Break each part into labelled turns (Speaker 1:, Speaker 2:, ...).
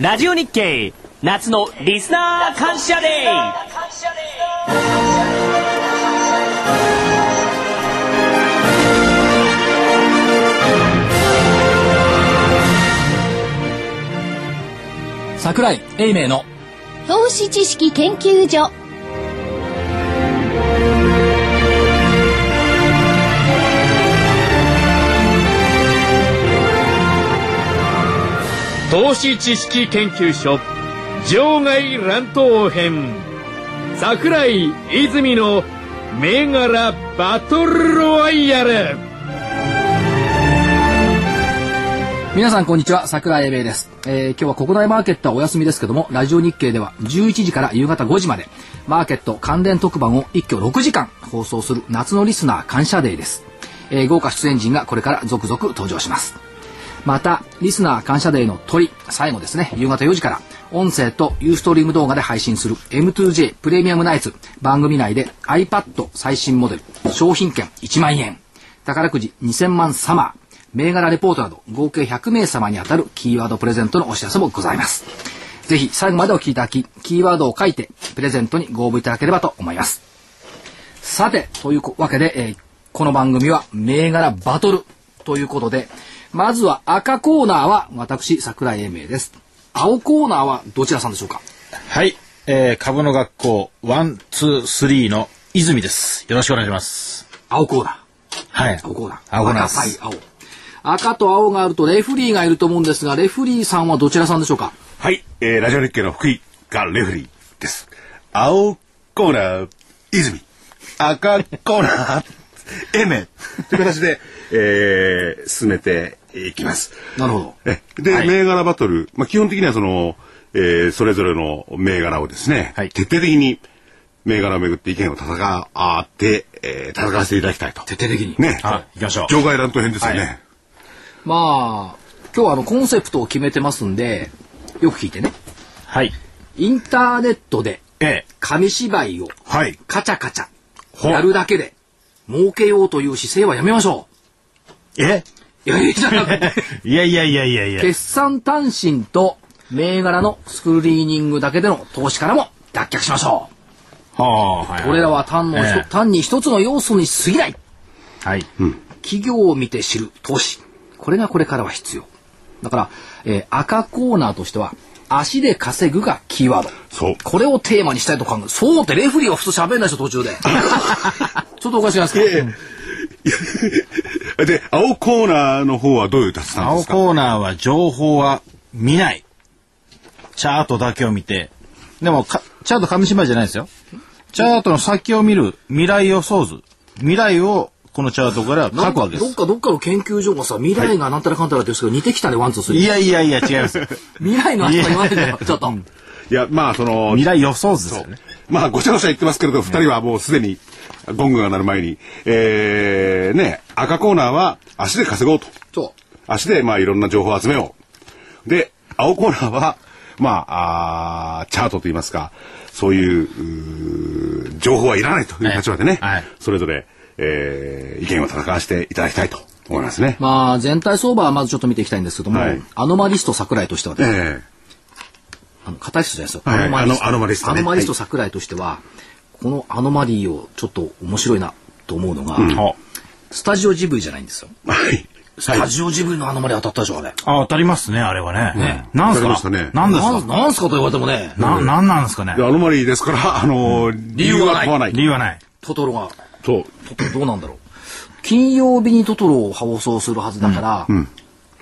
Speaker 1: ラジオ日経夏のリスナー感謝デー
Speaker 2: 桜井英明の
Speaker 3: 投資知識研究所
Speaker 4: 投資知識研究所場外乱闘編桜井泉の銘柄バトルロワイヤル
Speaker 2: 皆さんこんにちは桜井英明です、えー今日は国内マーケットはお休みですけどもラジオ日経では11時から夕方5時までマーケット関連特番を一挙6時間放送する夏のリスナー感謝デーです、えー豪華出演陣がこれから続々登場しますまたリスナー感謝デーの鳥最後ですね夕方4時から音声とユーストリーム動画で配信する M2J プレミアムナイツ番組内で iPad 最新モデル商品券1万円宝くじ2000万サマー銘柄レポートなど合計100名様に当たるキーワードプレゼントのお知らせもございますぜひ最後までお聞きいただきキーワードを書いてプレゼントにご応募いただければと思いますさて、というわけで、えーこの番組は銘柄バトルということで、まずは赤コーナーは私、桜井英明です。青コーナーはどちらさんでしょうか
Speaker 5: はい、えー、株の学校ワンツースリーの泉です。よろしくお願いします。
Speaker 2: 青コーナー。
Speaker 5: はい。
Speaker 2: 青コーナー。
Speaker 5: 青コーナーで
Speaker 2: 赤、はい
Speaker 5: す。、
Speaker 2: 青。赤と青があるとレフリーがいると思うんですが、レフリーさんはどちらさんでしょうか
Speaker 6: はい、えー、ラジオ日経の福井がレフェリーです。青コーナー、泉。赤コーナー、 エメ。という形で、えー、進めていきます。
Speaker 2: なるほど。
Speaker 6: えで、銘柄バトル、まあ、基本的にはその、えーそれぞれの銘柄をですね、
Speaker 5: はい
Speaker 6: 徹底的に銘柄をめぐって意見を戦って、えー、戦わせていただきたいと。
Speaker 2: 徹底的に。
Speaker 6: ね、
Speaker 5: はい行きましょう
Speaker 6: 場外乱闘編ですよね。
Speaker 5: はい
Speaker 2: まあ、今日はあの、コンセプトを決めてますんで、よく聞いてね。
Speaker 5: はい。
Speaker 2: インターネットで
Speaker 5: え
Speaker 2: 紙芝居を
Speaker 6: はい。
Speaker 2: カチャカチャ
Speaker 5: ほう
Speaker 2: やるだけで儲けようという姿勢はやめましょ
Speaker 5: ー、え
Speaker 2: う。いやいやじゃなくて
Speaker 5: いやいやいやいやいや。
Speaker 2: 決算単身と銘柄のスクリーニングだけでの投資からも脱却しましょ
Speaker 5: はあ、はい、
Speaker 2: う。これらは単の一つ、
Speaker 5: ええ
Speaker 2: 単に一つの要素に過ぎない。
Speaker 5: はい。
Speaker 2: 企業を見て知る投資。これがこれからは必要。だから、えー赤コーナーとしては、足で稼ぐがキーワード。
Speaker 6: そう。
Speaker 2: これをテーマにしたいと考えそうってレフリーは普通喋んないでしょ、途中で。ちょっとおかしくないですか、
Speaker 6: で、青コーナーの方はどういう立なんで
Speaker 5: 青
Speaker 6: すか
Speaker 5: コーナーは情報は見ない。チャートだけを見て。でもか、チャート紙芝居じゃないですよ。チャートの先を見る未来予想図。未来をこのチャートから書くわけで
Speaker 2: どっ
Speaker 5: す。
Speaker 2: かどっかの研究所がさ、未来がなんたらかんたらって言うんですけど、似てきたね、ワン、ツー、ス
Speaker 5: い
Speaker 2: リー。
Speaker 5: やいやいや、違います。
Speaker 2: 未来の明日言わないでよ、ちょっと。
Speaker 6: いや、まあ、その、
Speaker 5: 未来予想図です
Speaker 6: そ
Speaker 5: よ
Speaker 6: う
Speaker 5: ね。
Speaker 6: まあ、ごちゃごちゃ言ってますけれど、二人はもうすでに、ゴングが鳴る前に、えー、ね、赤コーナーは足で稼ごうと。
Speaker 2: そ
Speaker 6: 足で、まあ、いろんな情報を集めよう。で、青コーナーは、まあ、あーチャートといいますか、そういううー情報はいらないという立場でね、
Speaker 5: はいはい
Speaker 6: それぞれ、えー、意見を戦わせていただきたいと思いますね
Speaker 2: う。。まあ、全体相場はまずちょっと見ていきたいんですけども、
Speaker 6: はい
Speaker 2: アノマリスト桜井としてはね、
Speaker 6: え
Speaker 2: あの、硬い人じゃないですよ。
Speaker 6: はいあのアノマリストね
Speaker 2: アノマリスト桜井としては、このアノマリーをちょっと面白いなと思うのが、
Speaker 5: は
Speaker 2: スタジオジブリじゃないんですよ。
Speaker 6: えはい。
Speaker 2: スタジオジブリのアノマリ当たったでしょ、あれ。
Speaker 5: あ、当たりますね、あれはね。
Speaker 2: ね
Speaker 5: なんす
Speaker 6: 当たり
Speaker 5: か
Speaker 6: ましたね
Speaker 5: なんです
Speaker 2: な
Speaker 5: か
Speaker 2: んなんすかと言われてもね、
Speaker 5: な、なんなんですかね
Speaker 6: で、アノマリーですから、あのー理
Speaker 2: 由がない
Speaker 6: 問わない。
Speaker 5: 理由はない。
Speaker 2: トトロが
Speaker 6: そう。
Speaker 2: トトロどうなんだろう金曜日にトトロを放送するはずだから、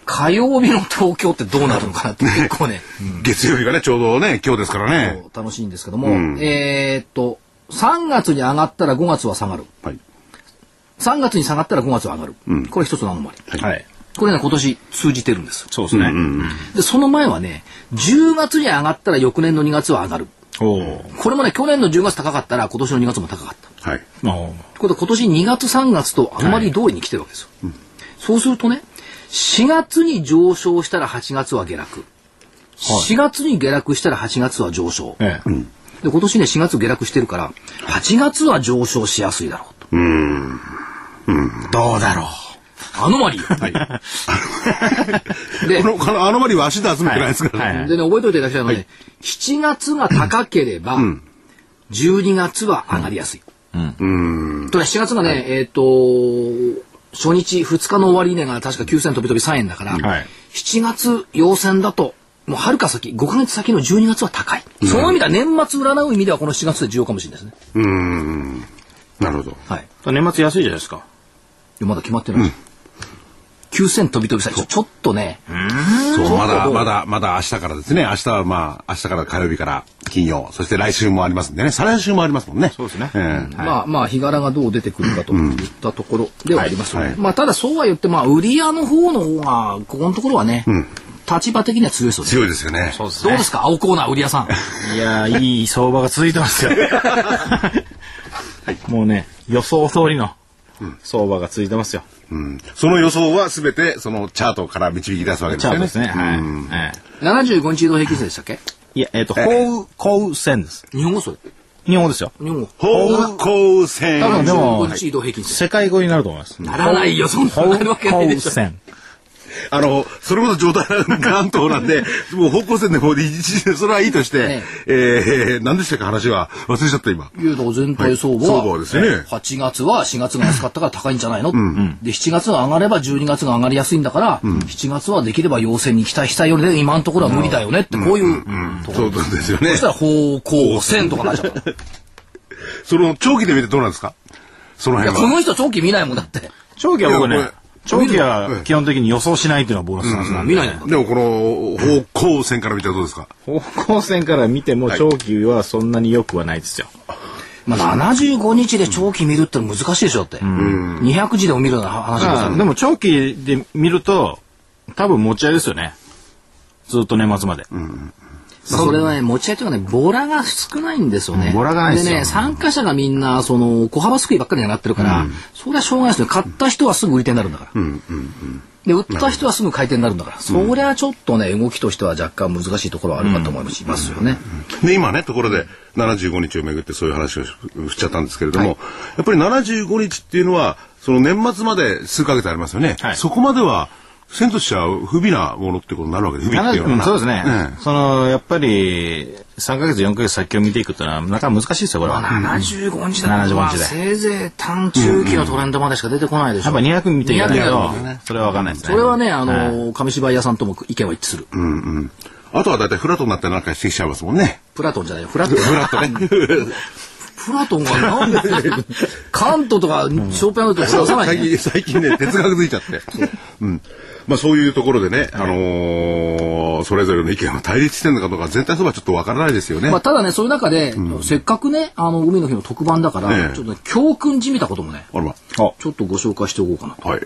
Speaker 2: 火曜日の東京ってどうなるのかな って結構ね、
Speaker 6: 月曜日がね、ちょうどね、今日ですからね。
Speaker 2: 楽しいんですけども、えーっと3月に上がったら5月は下がる
Speaker 6: はい。
Speaker 2: 3月に下がったら5月は上がる、これ一つのアノマリ
Speaker 5: はい。
Speaker 2: これね今年通じてるんですよ
Speaker 5: そうですね。
Speaker 2: でその前はね10月に上がったら翌年の2月は上がる
Speaker 5: おー
Speaker 2: これもね去年の10月高かったら今年の2月も高かった
Speaker 6: はい。
Speaker 5: おー。
Speaker 2: ということで今年2月3月とあんまり通りに来てるわけですよ、そうするとね4月に上昇したら8月は下落4月に下落したら8月は上昇、
Speaker 5: ええ。
Speaker 2: で今年ね4月下落してるから8月は上昇しやすいだろうと
Speaker 5: どうだろ
Speaker 2: アノマリー。
Speaker 6: はい。あの、
Speaker 2: で
Speaker 6: この、このアノマリは足で集めてないですからね。
Speaker 5: はいはい
Speaker 2: でね、覚えておいていただきたいのはね、7月が高ければ、12月は上がりやすい。うん。とね、7月がね、えっ、と、初日、2日の終値が確か9000飛び飛び3円だから、
Speaker 5: はい
Speaker 2: 7月陽線だと、もうはるか先、5ヶ月先の12月は高い。その意味では年末占う意味ではこの7月で重要かもしれないですね。
Speaker 6: うーん。なるほど。
Speaker 2: はい。い
Speaker 5: 年末安いじゃないですか。
Speaker 2: やまだ決まってない。9000飛び飛び3円。ちょっとね、
Speaker 6: そう、ま
Speaker 2: ど
Speaker 6: だ、
Speaker 2: う
Speaker 6: まだ、まだ明日からですね。明日はまあ、明日から火曜日から金曜、そして来週もありますんでね。再来週もありますもんね。
Speaker 5: そうですね
Speaker 6: ええ
Speaker 2: まあまあ日柄がどう出てくるかといったところではあります、
Speaker 6: はいはい
Speaker 2: まあただそうは言ってまあ売り屋の方の方がここのところはね、立場的には強いそうです
Speaker 6: 強いですよね。
Speaker 5: そうで
Speaker 2: どうですか青コーナー売り屋さ ん
Speaker 5: いやー、いい相場が続いてますよ。 もうね、予想通りの相場が続いてますよ。
Speaker 6: うん。その予想は全て、そのチャートから導き出すわけで
Speaker 5: チ
Speaker 6: す
Speaker 5: ャ
Speaker 6: よ
Speaker 5: ー
Speaker 6: ね。
Speaker 5: トですね。はい。
Speaker 6: うん
Speaker 5: え
Speaker 2: 75日移動平均線でしたっけ
Speaker 5: えいや、えっと、降雨、降雨線です。
Speaker 2: 日本語それ
Speaker 5: 日本語ですよ。
Speaker 2: 日本語
Speaker 6: 方向線。
Speaker 5: 多分でも
Speaker 2: 75日移動平均線
Speaker 5: 世界語になると思います。
Speaker 2: ならないよそんなの
Speaker 5: 降
Speaker 2: な
Speaker 5: 雨
Speaker 2: るわけないでしょ
Speaker 5: 線。
Speaker 6: あの、それこそ状態関東なん で、もう方向線でこうで一時、それはいいとして、
Speaker 2: ね
Speaker 6: ええ何でしたか話は忘れちゃった今。
Speaker 2: いうの全体相場
Speaker 6: はい相場はですね
Speaker 2: 8月は4月が安かったから高いんじゃないの、で7月が上がれば12月が上がりやすいんだから、7月はできれば陽線に期待したいよね今のところは無理だよねってこういうとこ
Speaker 6: そうなんですよね
Speaker 2: そし。たら方向線とかなっちゃった。い
Speaker 6: その長期で見てどうなんですかその
Speaker 2: や、
Speaker 6: 辺
Speaker 2: こ
Speaker 6: は。
Speaker 2: の人長期見ないもんだって。
Speaker 5: 長期は僕
Speaker 6: いや
Speaker 5: ね
Speaker 6: こ、
Speaker 5: 長期は基本的に予想しないっていうのがボーナスなんですよ
Speaker 2: 見ないもんだ
Speaker 6: でもこの方向線から見たらどうですか
Speaker 5: 方向線から見ても
Speaker 6: はい
Speaker 5: 長期はそんなに良くはないですよ。
Speaker 2: まあ、75日で長期見るっての難しいでしょだって。200時でも見るような話です
Speaker 5: ま
Speaker 2: よ
Speaker 5: あでも長期で見ると、多分持ち合いですよね。ずっと年末まで。
Speaker 2: それはね、持ち合いというかね、ボラが少ないんですよね。
Speaker 5: ボラがないですよ
Speaker 2: でね、参加者がみんな、その、小幅救いばっかりになってるから、それはしょうがないですよ。買った人はすぐ売り手になるんだから。で、売った人はすぐ買い手になるんだから。そりゃちょっとね、動きとしては若干難しいところはあるかと思いますよね。
Speaker 6: で、今ね、ところで75日をめぐってそういう話をししちゃったんですけれども、やっぱり75日っていうのは、その年末まで数ヶ月ありますよね。
Speaker 5: はい
Speaker 6: そこまでは、線としては不備なものってことになるわけで、不備っていうの
Speaker 5: う
Speaker 6: は
Speaker 5: ん
Speaker 6: な。
Speaker 5: そうですね。
Speaker 6: ええ
Speaker 5: その、やっぱり、3ヶ月、4ヶ月先を見ていくっていうのは、なかなか難しいですよ、これは。や
Speaker 2: 75日だと、
Speaker 5: 75
Speaker 2: まあ、
Speaker 5: 日で
Speaker 2: せいぜい短中期のトレンドまでしか出てこないでしょ。
Speaker 5: っぱ200見ていかない
Speaker 2: 200
Speaker 5: と
Speaker 2: だと、
Speaker 5: それは分かんないですね。
Speaker 2: それはね、あの、紙芝居屋さんとも意見は一致する。
Speaker 6: あとは大体フラットになってなんかしてきちゃいますもんね。
Speaker 2: プラトンじゃないよ、フラトン。
Speaker 6: フラットね。
Speaker 2: プラトンがなんで、カントとかショーペンのとか出さない
Speaker 6: 最
Speaker 2: ね。
Speaker 6: 近、最 近ね、哲学づいちゃって。うん。まあそういうところでね、あのーそれぞれの意見が対立してるのかどうか、全体そばちょっとわからないですよね。
Speaker 2: まあ、ただね、そういう中で、せっかくね、あの、海の日の特番だから、
Speaker 6: ええ
Speaker 2: ちょっとね、教訓じみたこともね、
Speaker 6: あらま。
Speaker 2: ちょっとご紹介しておこうかなと。
Speaker 6: はい。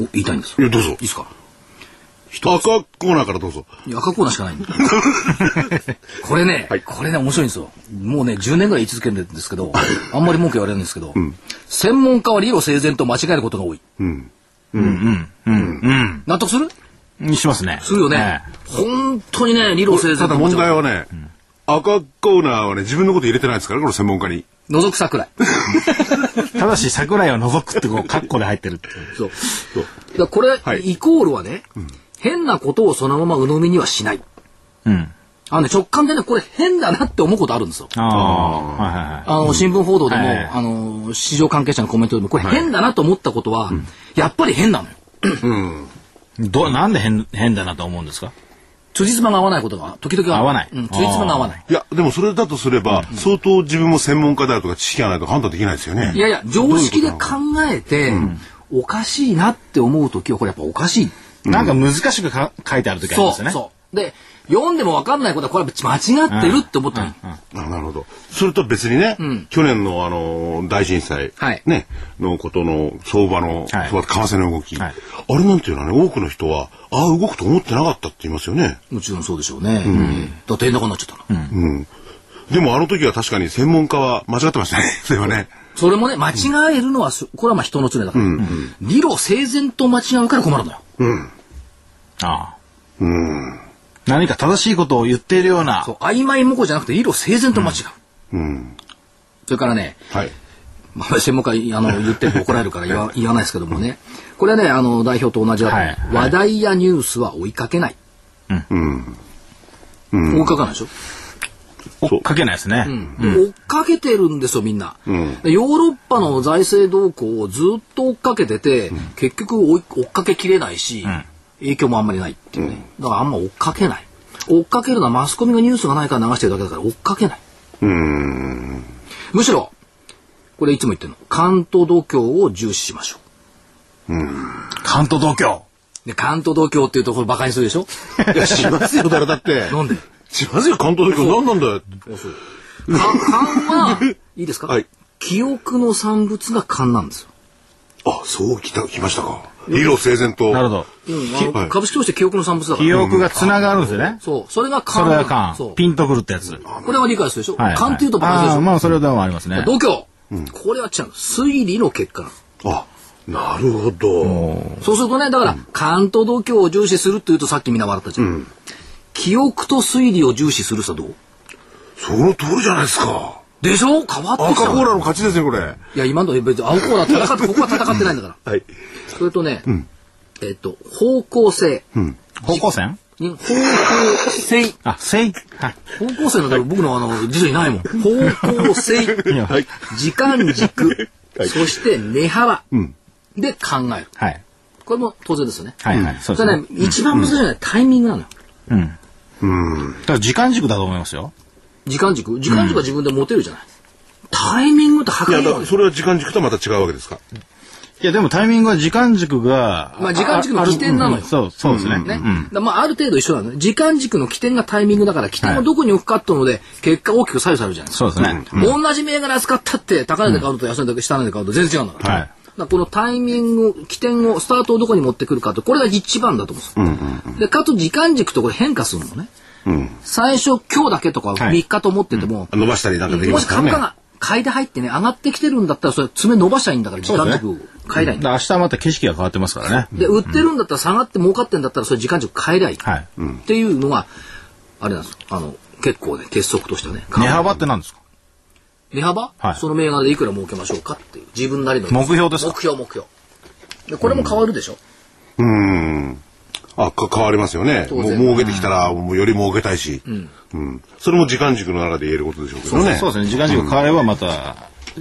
Speaker 2: お言いたいんです
Speaker 6: い
Speaker 2: よ。
Speaker 6: や、どうぞ。
Speaker 2: いいですか
Speaker 6: 赤コーナーからどうぞ。
Speaker 2: いや赤コーナーしかないんだこれね、これね、面白いんですよ。もうね、10年ぐらい言い続けるんですけど、あんまり文句言われるんですけど、専門家は理路整然と間違えることが多い。納得する
Speaker 5: うんしますね。
Speaker 2: するよね
Speaker 5: ええ。
Speaker 2: 本当にね、理路整然
Speaker 6: た
Speaker 2: と
Speaker 6: だ
Speaker 2: 間違え
Speaker 6: 問
Speaker 2: る
Speaker 6: 題はね、赤コーナーはね、自分のこと入れてないですから、この専門家に。
Speaker 2: 覗く桜井。
Speaker 5: ただし、桜井を除くって、こう、カッコで入ってるっていう。
Speaker 2: そう。だからこれ、
Speaker 6: はい
Speaker 2: イコールはね、変なことをそのまま鵜呑みにはしない。
Speaker 5: うん。
Speaker 2: あのね、直感でね、これ変だなって思うことあるんですよ。
Speaker 5: ああ。はいはいはい。
Speaker 2: あの、新聞報道でも、
Speaker 5: はい
Speaker 2: あの、市場関係者のコメントでも、これ変だなと思ったことは、やっぱり変なのよ。
Speaker 5: ど、なんで変、変だなと思うんですか
Speaker 2: 辻褄が合わないことが、時々ある
Speaker 5: 合わない
Speaker 2: うん、辻褄が合わない。
Speaker 6: いや、でもそれだとすれば、相当自分も専門家であるとか知識がないと判断できないですよね。
Speaker 2: いやいや、常識で考えて、おかしいなって思うときは、これやっぱおかしい。
Speaker 5: なんか難しくか書いてある時あり
Speaker 2: そ
Speaker 5: ま
Speaker 2: う、
Speaker 5: すよね。
Speaker 2: そう。で、読んでもわかんないことは、これは間違ってるって思ったらいい。
Speaker 6: あなるほど。それとは別にね、去年のあの大震災、
Speaker 2: はい
Speaker 6: ね、のことの相場の、
Speaker 5: はい
Speaker 6: 相場為替の動き、
Speaker 5: はい
Speaker 6: あれなんていうのはね、多くの人は、ああ、動くと思ってなかったって言いますよね。
Speaker 2: もちろんそうでしょうね。だって円高になっちゃったの。
Speaker 6: でもあの時は確かに専門家は間違ってましたね。それはね。
Speaker 2: それもね、間違えるのはす、これはまあ人の常だから。理路整然と間違うから困るのよ。
Speaker 5: ああ。何か正しいことを言っているような
Speaker 2: そう、曖昧模倣じゃなくて理路整然と間違う。
Speaker 6: うん。
Speaker 2: それからね、
Speaker 6: はい。
Speaker 2: まあ、専門家あの言っても怒られるから言わ言わないですけどもねこれはねあの代表と同じだと、
Speaker 5: はいはい
Speaker 2: 話題やニュースは追いかけない、うん追いかけないでしょ、
Speaker 5: 追っかけないですね。
Speaker 2: 追っかけてるんですよみんな、でヨーロッパの財政動向をずっと追っかけてて、結局追い追っかけきれないし、影響もあんまりないっていうねだからあんま追っかけない追っかけるのはマスコミがニュースがないから流してるだけだから追っかけないむしろこれいつも言ってるの関東度胸を重視しましょ
Speaker 5: 関東東京。
Speaker 2: うで関東度胸っていうところバカにするでしょ
Speaker 6: いや、しますよ、誰だっ て。
Speaker 2: なんで
Speaker 6: しますよ、関東東京。何なんだよ。
Speaker 2: か勘はいいですか、
Speaker 6: はい
Speaker 2: 記憶の産物が勘なんですよ
Speaker 6: あ、そう来た、来ましたか。理路整然と。
Speaker 5: なるほど。
Speaker 2: うんあの
Speaker 6: はい
Speaker 2: 株式投資って記憶の産物だから
Speaker 5: 記憶が繋がるんですよね。
Speaker 2: そう。それが
Speaker 5: そ
Speaker 2: 勘。
Speaker 5: れが関
Speaker 2: そう。
Speaker 5: ピンとくるってやつ。はい
Speaker 2: これは理解するでしょ。
Speaker 5: はい。
Speaker 2: 勘っていうとバカでし
Speaker 5: あー
Speaker 2: ょ。
Speaker 5: まあ、それでもありますね。
Speaker 2: 度胸。これは違う。推理の結果なの
Speaker 6: あ、なるほど。
Speaker 2: そうするとね、だから、勘と度胸を重視するって言うとさっきみんな笑ったじゃん。記憶と推理を重視するさどう
Speaker 6: その通りじゃないですか。
Speaker 2: でしょ変わって
Speaker 6: 赤
Speaker 2: きた
Speaker 6: コー
Speaker 2: の。
Speaker 6: ラの勝ちですね、これ。
Speaker 2: いや、今の別に青コーナー戦って、ここは戦ってないんだから。
Speaker 6: はい。
Speaker 2: それとね、えっと、方向性。
Speaker 5: 方向線
Speaker 2: うん方向性。
Speaker 5: あ、せい。はい。
Speaker 2: 方向性なんだけど僕のあの、辞書にないもん。方向性。
Speaker 5: や
Speaker 6: はい。
Speaker 2: 時間 軸、そして値幅で考える。
Speaker 5: はい。
Speaker 2: これも当然ですよね。
Speaker 5: はいはい。そう
Speaker 2: そ
Speaker 5: です
Speaker 2: れ
Speaker 5: ね
Speaker 2: ね。、一番難しいのはタイミングなのよ。
Speaker 5: うん。だから時間軸だと思いますよ。
Speaker 2: 時間軸。時間軸は自分で持てるじゃない。タイミングって
Speaker 6: い
Speaker 2: 測
Speaker 6: や、
Speaker 2: れ
Speaker 6: だ
Speaker 2: る
Speaker 6: か
Speaker 2: ん
Speaker 6: ら
Speaker 2: です
Speaker 6: それは時間軸とはまた違うわけですか。
Speaker 5: いや、でもタイミングは時間軸が。
Speaker 2: まあ時間軸の起点なのよ
Speaker 5: あるうんそう、そうですね。
Speaker 2: ね。だ
Speaker 5: うん
Speaker 2: からまあある程度一緒なのね。時間軸の起点がタイミングだから、起点をどこに置くかってので、結果大きく左右されるじゃないですか。
Speaker 5: そうですね。
Speaker 2: 同じ銘柄使ったって、高値で買うのと安値で下値で買うのと全然違うんだから。
Speaker 5: はい
Speaker 2: だからこのタイミング、起点を、スタートをどこに持ってくるかと、これが一番だと思うんですよ。で、かつ時間軸とこれ変化するのね。最初今日だけとか
Speaker 5: はい
Speaker 2: 3日と思ってても、
Speaker 6: 伸ばしたりなんかでき
Speaker 2: も
Speaker 6: ま
Speaker 2: し
Speaker 6: すから
Speaker 2: 株
Speaker 6: ね。
Speaker 2: 価が買いで入ってね、上がってきてるんだったら、それ爪伸ばしたらいいんだから、時間軸を変えりゃいいん
Speaker 5: だか
Speaker 2: だ。
Speaker 5: ら明日また景色が変わってますからね。
Speaker 2: で、売ってるんだったら下がって儲かってんだったら、それ時間軸変えりゃいい。
Speaker 5: はい。
Speaker 2: っていうのが、あれなんですよあの、結構ね、鉄則としてね。
Speaker 5: 値幅って何ですか
Speaker 2: 値幅、
Speaker 5: はい
Speaker 2: その銘柄でいくら儲けましょうかっていう自分なりの
Speaker 5: 目標ですか
Speaker 2: 目標目標でこれも変わるでしょ、
Speaker 6: うん。あ、か変わりますよね。
Speaker 2: 当
Speaker 6: もう
Speaker 2: 然
Speaker 6: 儲けてきたら、もうより儲けたいし。うん。それも時間軸の中で言えることでしょうけどね。
Speaker 5: そうですね。時間軸変わればまた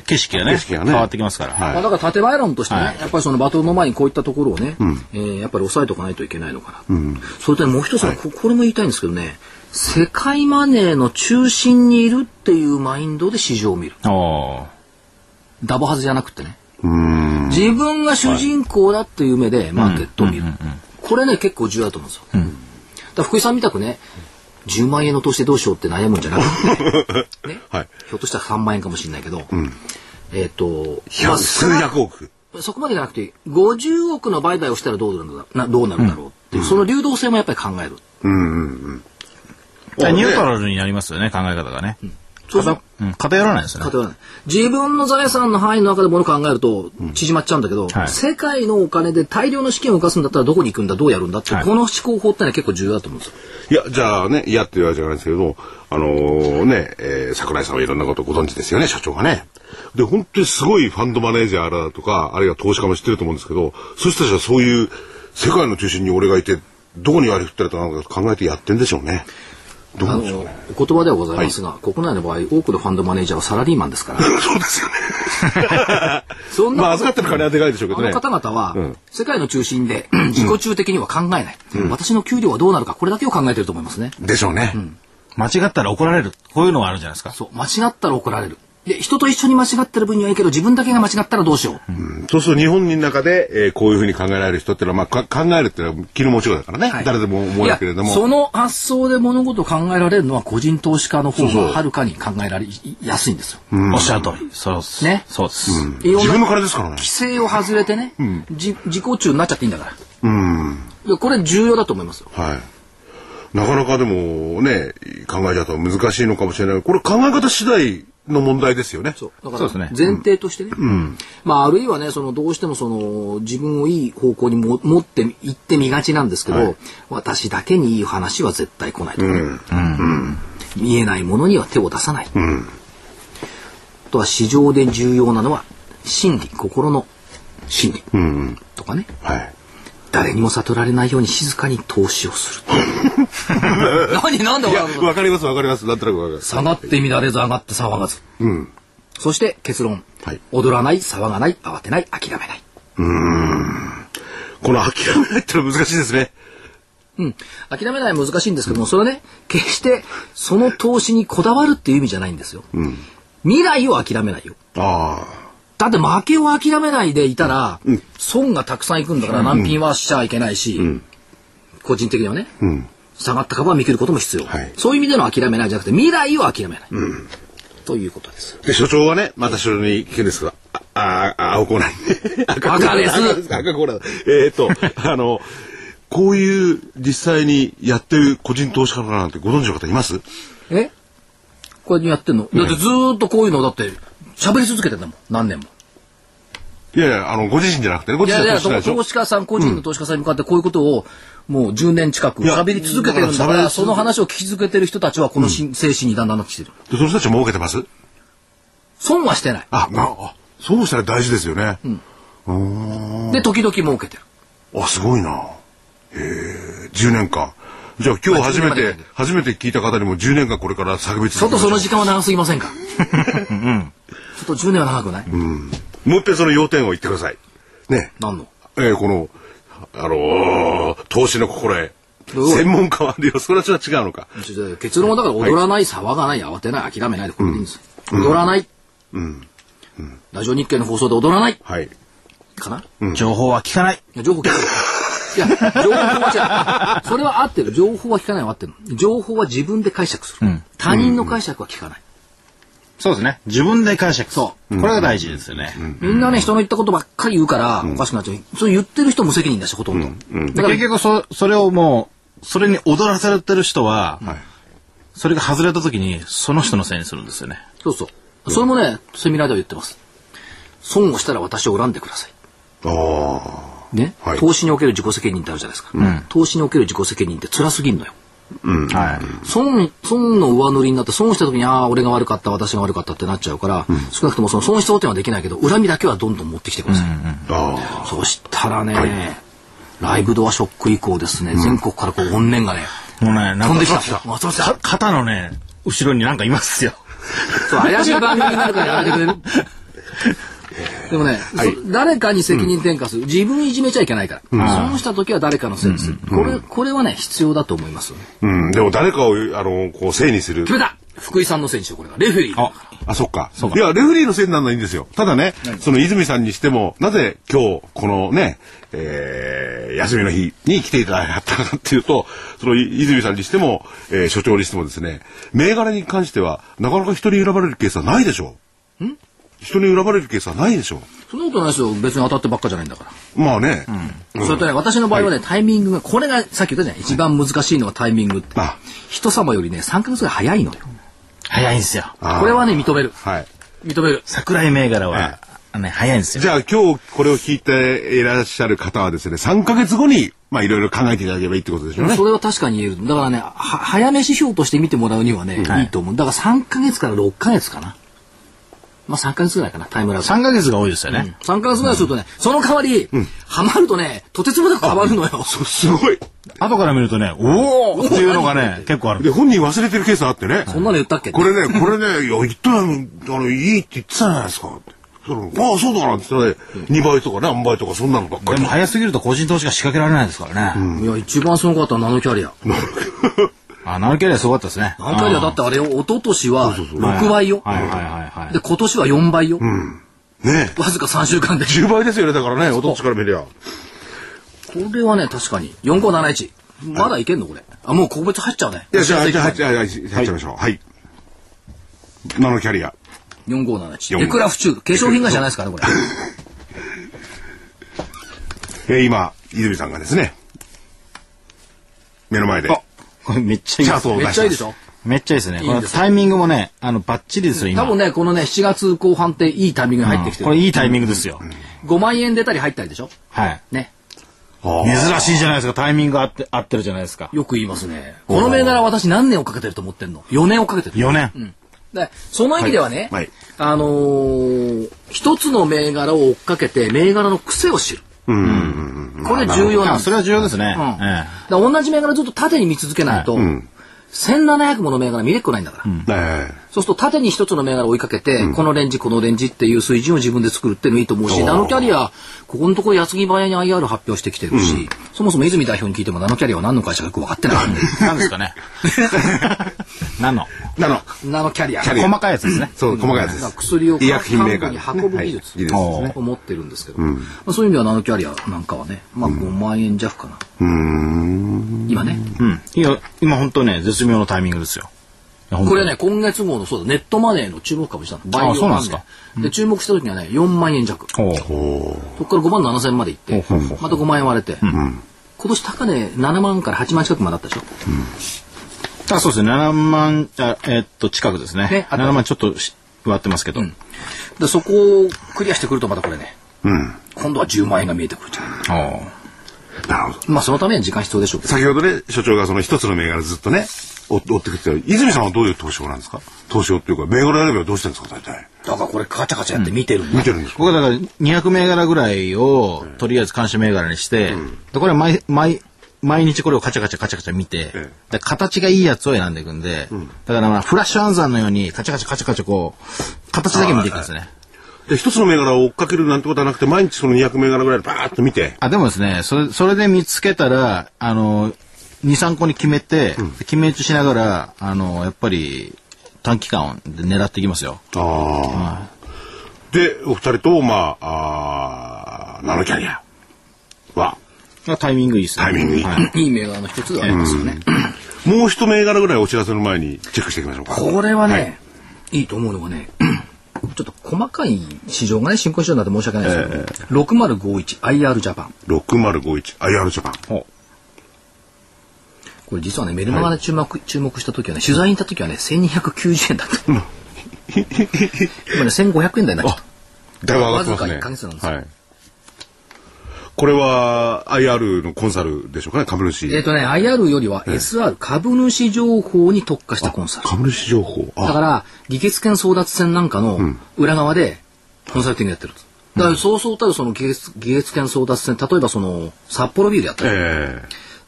Speaker 5: 景色がね、
Speaker 6: 景色がね
Speaker 5: 変わってきますから。
Speaker 6: はい
Speaker 2: まあ、だから建前論としてね、
Speaker 5: はい
Speaker 2: やっぱりそのバトルの前にこういったところをね、えーやっぱり抑えておかないといけないのかな、それとねもう一つね、ここれも言いたいんですけどね世界マネーの中心にいるっていうマインドで市場を見る
Speaker 5: おー
Speaker 2: ダボはずじゃなくてね自分が主人公だっていう目でマーケットを見る、これね結構重要だと思うんですよ、だから福井さんみたくね10万円の投資でどうしようって悩むんじゃなくて、ね
Speaker 6: はい。
Speaker 2: ひょっとしたら3万円かもしれないけど、えっ、と、ま
Speaker 6: 百
Speaker 2: あ
Speaker 6: 数百億。
Speaker 2: そこまでじゃなくて、50億の売買をしたらどうなるんだなどうなるんだろうっていう、その流動性もやっぱり考える。
Speaker 5: だからニュートラルになりますよね、考え方がね。
Speaker 2: そうすると
Speaker 5: うん、偏らないですよね
Speaker 2: 例。えばね自分の財産の範囲の中でものを考えると縮まっちゃうんだけど、
Speaker 5: はい
Speaker 2: 世界のお金で大量の資金を浮かすんだったらどこに行くんだどうやるんだって、
Speaker 5: はい
Speaker 2: この思考法ってのは結構重要だと思うんですよ。
Speaker 6: いや、じゃあね、嫌って言われじゃないですけど、あのーね、えー桜井さんはいろんなことご存知ですよね、社長がね。で、本当にすごいファンドマネージャーだとか、あるいは投資家も知ってると思うんですけど、そういう人たちはそういう世界の中心に俺がいて、どこに割り振ったらとなんか考えてやってんでしょうね。どう
Speaker 2: あ
Speaker 6: なん
Speaker 2: の
Speaker 6: でしょうね。
Speaker 2: お言葉ではございますが、国内の場合多くのファンドマネージャーはサラリーマンですから
Speaker 6: そうですよね。
Speaker 2: そんな
Speaker 6: まあ、預かってる金はでかいでしょうけ
Speaker 2: あ
Speaker 6: どね。
Speaker 2: の方々は、世界の中心 で自己中的には考えない、私の給料はどうなるかこれだけを考えてると思いますね
Speaker 6: でしょうね。
Speaker 5: 間違ったら怒られる。こういうのがあるじゃないですか。
Speaker 2: そう間違ったら怒られるで人と一緒に間違ってる分にはいいけど自分だけが間違ったらどうしよう、
Speaker 6: そうすると日本の中で、えーこういうふうに考えられる人ってのは、まあ、か考えるっていうのは気の持ちようだからね、
Speaker 2: はい
Speaker 6: 誰でも思うけれど
Speaker 2: い
Speaker 6: も
Speaker 2: やその発想で物事を考えられるのは個人投資家の方
Speaker 6: そう
Speaker 2: が
Speaker 6: そう
Speaker 2: はるかに考えられやすいんですよ、
Speaker 5: おっしゃる通り。そうです。
Speaker 2: ね
Speaker 5: そうです。
Speaker 2: いろんな
Speaker 6: 自分
Speaker 2: 規
Speaker 6: の金ですからね。
Speaker 2: 制を外れてね、じ自己中になっちゃっていいんだから
Speaker 6: うん。
Speaker 2: でこれ重要だと思いますよ
Speaker 6: はい。なかなかでもね、考えちゃうと難しいのかもしれない。これ考え方次第の問題ですよね。
Speaker 2: そう。だ
Speaker 5: そう
Speaker 2: か
Speaker 5: です
Speaker 2: ら
Speaker 5: ね
Speaker 2: 前提としてね。まああるいはね、そのどうしてもその自分をいい方向にも持って行ってみがちなんですけど、私だけにいい話は絶対来ないとかね、見えないものには手を出さない。あとは市場で重要なのは心理、心の心理
Speaker 6: うんうん。
Speaker 2: とかね、
Speaker 6: はい。
Speaker 2: 誰にも悟られないように静かに投資を する。何なんだ
Speaker 6: いや、
Speaker 2: これ。
Speaker 6: わかりますわかります。なんとなくわかる。
Speaker 2: 下がって乱れず上がって騒がず。
Speaker 6: うん。
Speaker 2: そして結論、
Speaker 6: はい
Speaker 2: 踊らない、騒がない、慌てない、諦めない。
Speaker 6: この諦めないってのは難しいですね。
Speaker 2: うん。諦めないは難しいんですけども、それはね、決してその投資にこだわるっていう意味じゃないんですよ。未来を諦めないよ。
Speaker 6: あ
Speaker 2: だって負けを諦めないでいたら、損がたくさんいくんだから難品はしちゃいけないし、個人的にはね、
Speaker 6: あ。うん。
Speaker 2: 下がった株は見切ることも必要、
Speaker 6: はい
Speaker 2: そういう意味での諦めないじゃなくて未来を諦めない、ということです
Speaker 6: で、所長はね、また所長に聞くんですが、あ、あ、青コーナーに。赤
Speaker 2: 赤です
Speaker 6: 赤コーナー。えーっと、 あの、こういう実際にやってる個人投資家の方なんてご存知の方います
Speaker 2: えこれやってんのだってずーっとこういうのだって喋り続けてんだもん何年も
Speaker 6: いやいや、あの、ご自身じゃなくてね、ご
Speaker 2: い
Speaker 6: 自
Speaker 2: や
Speaker 6: 身
Speaker 2: い
Speaker 6: は
Speaker 2: や
Speaker 6: 投資家でしょ
Speaker 2: 投資家さん個人の投資家さんに向かってこういうことをもう10年近く
Speaker 6: いや
Speaker 2: 喋り続けてるんだか
Speaker 6: だからら
Speaker 2: その話を聞き続けてる人たちはこのし精神にだんだんなってきてる
Speaker 6: でその人たちも儲けてます
Speaker 2: 損はしてない
Speaker 6: あ、まあ、あそうしたら大事ですよね。
Speaker 2: で時々儲けてる
Speaker 6: あ、すごいな。へえ、10年間。じゃあ今日初め
Speaker 2: まあ10年までな
Speaker 6: て
Speaker 2: んで、
Speaker 6: 初めて聞いた方にも10年間これから作別
Speaker 2: ちょっとその時
Speaker 6: 間。
Speaker 2: 間は長すぎませんか ちょっと10年は長くない、
Speaker 6: もう一遍その要点を言ってください。ね。
Speaker 2: 何の
Speaker 6: えーこの、あのー投資の心得。
Speaker 2: どういうこと
Speaker 6: 専門家は、いや、それはちょっと違うのか。
Speaker 2: ちょっと結論はだから踊らない、騒がない、慌てない、諦めないでこれでいいんですよ。踊らない。ラジオ日経の放送で踊らない
Speaker 6: はい。
Speaker 2: かな、い
Speaker 5: 情報は聞かない。
Speaker 2: や情報聞かない。いや、情報は違う。それは合ってる。情報は聞かないは合ってる。情報は自分で解釈する。他人の解釈は聞かない。
Speaker 5: そうですね。自分で解釈。。
Speaker 2: そう
Speaker 5: これが大事ですよね。
Speaker 2: みんなね、人の言ったことばっかり言うから、おかしくなっちゃう。それ言ってる人無責任だし、ほとんど。だ
Speaker 5: で
Speaker 2: から
Speaker 5: 結、局そ、それをもう、それに踊らされてる人は、それが外れた時に、その人のせいにするんですよね。
Speaker 2: そうそう。それもね、セミナーでは言ってます。損をしたら私を恨んでください。
Speaker 6: あ
Speaker 2: ね、
Speaker 6: はい
Speaker 2: 投資における自己責任ってあるじゃないですか、投資における自己責任って辛すぎんのよ
Speaker 5: はい。
Speaker 2: 損損の上塗りになって損した時にああ俺が悪かった私が悪かったってなっちゃうから、少なくともその損失補填はできないけど恨みだけはどんどん持ってきてください、
Speaker 6: あ。あ
Speaker 2: そしたらね、ライブドアショック以降ですね、全国からこう怨念がね
Speaker 5: もうね、な
Speaker 2: 飛
Speaker 5: ん
Speaker 2: んで
Speaker 5: か
Speaker 2: きた松本さ
Speaker 5: か
Speaker 2: ん
Speaker 5: 肩のね、後ろになんかいますよ。
Speaker 2: そう怪しい番組になるからやめてくれ るでもね、
Speaker 6: い
Speaker 2: そ誰かに責任転嫁する、自分いじめちゃいけないから、損した時は誰かのせいにする、これこれはね必要だと思いますよね
Speaker 6: あ。うん。でも誰かを、あの、こう、せいにする
Speaker 2: 決。めた福井さんの選手これがレフェリーだから
Speaker 6: あ、そっか。いや、レフェリーのせいになるのはいいんですよ。ただね、その泉さんにしても、なぜ今日、このね、えー、休みの日に来ていただいたかっていうと、そのい泉さんにしても、えー、所長にしてもですね、銘柄に関しては、なかなか人に選ばれるケースはないでしょう。人に選ばれるケースはないでしょ
Speaker 2: そんなことないですよ別に当たってばっかじゃないんだから、
Speaker 6: う。まあね。
Speaker 2: それとね私の場合はねタイミングがこれがさっき言ったじゃん一番難しいのはタイミングって
Speaker 6: あ
Speaker 2: 人様よりね3ヶ月ぐらい早いのよ
Speaker 5: 早いんですよ。
Speaker 6: あー
Speaker 2: これはね認める
Speaker 6: はい。
Speaker 2: 認める
Speaker 5: 桜井銘柄は、ね、早いんですよ。
Speaker 6: じゃあ今日これを聞いていらっしゃる方はですね、3ヶ月後に、まあいろいろ考えていただければいいってことでしょうね。
Speaker 2: それは確かに言えるだからねは早め指標として見てもらうにはね、い、いと思うだから3ヶ月から6ヶ月かなまあ3ヶ月ぐらいかなタイムラグ
Speaker 5: 3ヶ月が多いですよね。
Speaker 2: 3ヶ月ぐらいするとね、その代わり、ハマるとね、とてつもなくハマるのよ。
Speaker 6: そすごい。
Speaker 5: 後から見るとね、おおっていうのがね、結構あ
Speaker 6: で、
Speaker 5: る。
Speaker 6: 本人忘れてるケースあってね。
Speaker 2: そんなの言ったっけ
Speaker 6: これね、これね、いや、言ったら、あの、いいって言ってたじゃないですか。ってそのああ、そうだなって言ったらね、2倍とか何倍とかそんなのばっか
Speaker 5: で
Speaker 6: り
Speaker 5: も。早すぎると個人投資が仕掛けられないですからね。
Speaker 2: いや、一番すごかったのはナノキャリア。
Speaker 5: あ、ナノキャリアすごかったですね。
Speaker 2: ナノキャリアだってあれよ、一昨年は6倍よ。
Speaker 5: はいはいはいはい
Speaker 2: で、。今年は4倍よ。
Speaker 6: ね
Speaker 2: わずか3週間で。
Speaker 6: 10倍ですよね、だからね、おとつから見りゃ。
Speaker 2: これはね、確かに。4571。まだいけんのこれ。あ、もう個別入っちゃうね。
Speaker 6: いや、じゃあ、じゃあ、じゃあ、入っちゃいましょう。はい。ナノキャリア。
Speaker 2: 4571。デクラフチュール。化粧品会社じゃないですからね、これ。
Speaker 6: えー、今、泉さんがですね、目の前で、
Speaker 5: これめっちゃい
Speaker 6: チ
Speaker 5: いで
Speaker 6: ャ
Speaker 5: す。
Speaker 6: ートを
Speaker 2: め
Speaker 6: 出
Speaker 2: っ
Speaker 6: し
Speaker 2: ちゃい
Speaker 6: て
Speaker 2: いでしょ
Speaker 5: めっちゃいいですね。こ
Speaker 2: いん
Speaker 5: の
Speaker 2: です
Speaker 5: タイミングもね、あの、バッチリですよ、今。
Speaker 2: 多分ね、このね、7月後半っていいタイミングに入ってきて
Speaker 5: これ
Speaker 2: る。
Speaker 5: いいタイミングですよ。
Speaker 2: 5万円出たり入ったりでしょ
Speaker 5: はい。
Speaker 2: ね。
Speaker 5: 珍しいじゃないですか。タイミング合って、合ってるじゃないですか。
Speaker 2: よく言いますね。この銘柄私何年をかけてると思ってんの ?4 年をかけてる。
Speaker 5: 4年。
Speaker 2: だからその意味ではね、
Speaker 6: はいはい
Speaker 2: あのー一つの銘柄を追っかけて銘柄の癖を知る。これ重要なん
Speaker 5: あ
Speaker 2: です
Speaker 5: それは重要ですね。
Speaker 2: うん
Speaker 5: え
Speaker 2: だから同じ銘柄ずっと縦に見続けないと、1700もの銘柄見れっこないんだから、
Speaker 6: え
Speaker 2: そうすると縦に一つの銘柄を追いかけて、このレンジこのレンジっていう水準を自分で作るっていうのいいと思うし
Speaker 6: おー
Speaker 2: ナノキャリアここのところ安木早に IR 発表してきてるし、そもそも泉代表に聞いてもナノキャリアは何の会社かよく分かってないんで
Speaker 5: え何ですか ね。何の
Speaker 6: えなの。
Speaker 2: ナノキャリア
Speaker 6: リア
Speaker 5: 細かいやつですね。
Speaker 6: そう、細かいやつ
Speaker 2: だ
Speaker 6: で
Speaker 2: から
Speaker 6: す。
Speaker 2: 薬を
Speaker 6: 医薬品メーカー
Speaker 2: に
Speaker 6: ですね
Speaker 2: 運ぶ技術
Speaker 6: はい技術ですね
Speaker 2: を持ってるんですけど、まあ、そういう意味ではナノキャリアなんかはね、まあ、5万円弱かな、
Speaker 6: うーん。
Speaker 2: 今ね
Speaker 5: うん。いや今本当ね、絶妙のタイミングですよ。いや本当
Speaker 2: こ
Speaker 5: に
Speaker 2: れね、今月号のそうだ、ネットマネーの注目株したの。バイオ
Speaker 5: あそうなんですか
Speaker 2: 関連で、注目した時にはね、4万円弱。
Speaker 5: ほう
Speaker 2: そこから5万7千まで行って
Speaker 5: ほうほうほ、
Speaker 2: また5万円割れて、今年高値7万から8万近くまであったでしょ。
Speaker 5: あそうですね7万あえっと近くですね
Speaker 2: ねあと
Speaker 5: 7万ちょっとし割ってますけど、
Speaker 2: んで、そこをクリアしてくるとまたこれね、
Speaker 6: うん。
Speaker 2: 今度は10万円が見えてくるじゃん。
Speaker 5: おう
Speaker 6: なるほど。
Speaker 2: まあ、そのためには時間必要でしょうけど。
Speaker 6: 先ほどね、所長がその一つの銘柄ずっとね、追追ってくってた泉さんはどういう投資法なんですか投資法っていうか、銘柄選びはどうしてるんですか大体。
Speaker 2: だからこれカチャカチャやって見てるんだ
Speaker 6: 見。てるんですか
Speaker 5: 僕はだから200銘柄ぐらいをとりあえず監視銘柄にして、でこれは毎毎毎日これをカチャカチャカチャカチャ見て、
Speaker 6: え
Speaker 5: で形がいいやつを選んでいくんで、だからまあフラッシュ暗算のようにカチャカチャカチャカチャこう形だけ見ていくんですね、
Speaker 6: で、一つの銘柄を追っかけるなんてことはなくて、毎日その200銘柄ぐらいでバーッと見て、
Speaker 5: あでもですねそれそれで見つけたらあの23個に決めて、決め打ちしながらあのやっぱり短期間で狙っていきますよ
Speaker 6: ああ。で、お二人と、まあ、あーナノキャリアは、
Speaker 5: まあタイミングいいですね。
Speaker 6: タイミングいい
Speaker 5: はい
Speaker 2: いい銘柄の一つではありますよね。
Speaker 6: もう一銘柄ぐらいお知らせの前にチェックしていきましょうか。
Speaker 2: これはね、いいと思うのがね、ちょっと細かい市場がね、進行市場になって申し訳ないですけど、6051IR ジャパン。
Speaker 6: 6051 IR ジャパン。
Speaker 5: ほ
Speaker 2: これ実はね、メルマガで注目,、注目した時はね、取材に行った時はね、1290円だ った。今ね、1500円台になっちゃった。
Speaker 6: だいぶ上がってます
Speaker 2: わずか一
Speaker 6: ね。
Speaker 2: ヶ月なんですよ
Speaker 6: はい。これは IR のコンサルでしょうかね、株主。
Speaker 2: えっ、とね、IR よりは SR、株主情報に特化したコンサル。
Speaker 6: 株主情報。
Speaker 2: だか
Speaker 6: あ、
Speaker 2: ら、議決権争奪戦なんかの裏側で、コンサルティングやってると。だから、そうそうたるその議決、議決権争奪戦、例えばその、札幌ビールやったり、
Speaker 6: え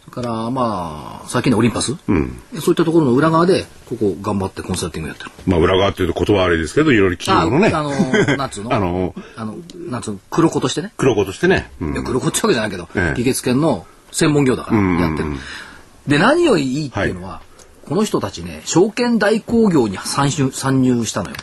Speaker 2: それから、まあ、最近のオリンパス、そういったところの裏側で、ここ頑張ってコンサルティングやってる。
Speaker 6: えまあ裏側っていうと言葉悪いですけど、いろいろ企
Speaker 2: あ
Speaker 6: 業のね、
Speaker 2: あの、なんつうの
Speaker 6: あの、
Speaker 2: あの、なんつうの、黒子としてね。
Speaker 6: 黒子としてね。うん
Speaker 2: いや、黒子ってわけじゃないけど、
Speaker 6: ええ
Speaker 2: 議決権の専門業だからやってる。で、何よりいいっていうのは、この人たちね、証券代行業に参入参入したのよ。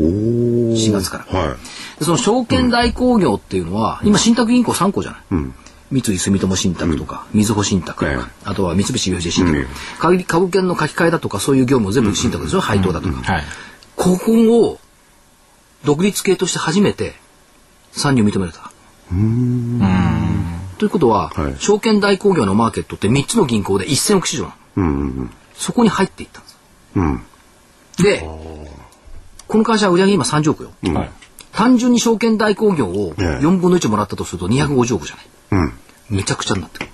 Speaker 2: 4月から。
Speaker 6: は
Speaker 2: でその証券代行業っていうのは、今、信託銀行3個じゃない。三井住友信託とか、みずほ信託とか、
Speaker 6: ええ
Speaker 2: あとは三菱 UFJ 信託、
Speaker 6: うん
Speaker 2: 株株券の書き換えだとかそういう業務を全部信託ですよ、配当だとか、
Speaker 5: う。はい。
Speaker 2: ここを独立系として初めて参入を認められた。ということは、
Speaker 6: はい
Speaker 2: 証券代行業のマーケットって3つの銀行で1000億市場なの
Speaker 6: い。うんうんうん。
Speaker 2: そこに入っていったんです。
Speaker 6: うん。
Speaker 2: で、この会社は売上今30億よ。
Speaker 6: うん。
Speaker 5: はい
Speaker 2: 単純に証券代行業を
Speaker 6: ええ
Speaker 2: 4分の1もらったとすると250億じゃない。
Speaker 6: うん。
Speaker 2: めちゃくちゃになってくる。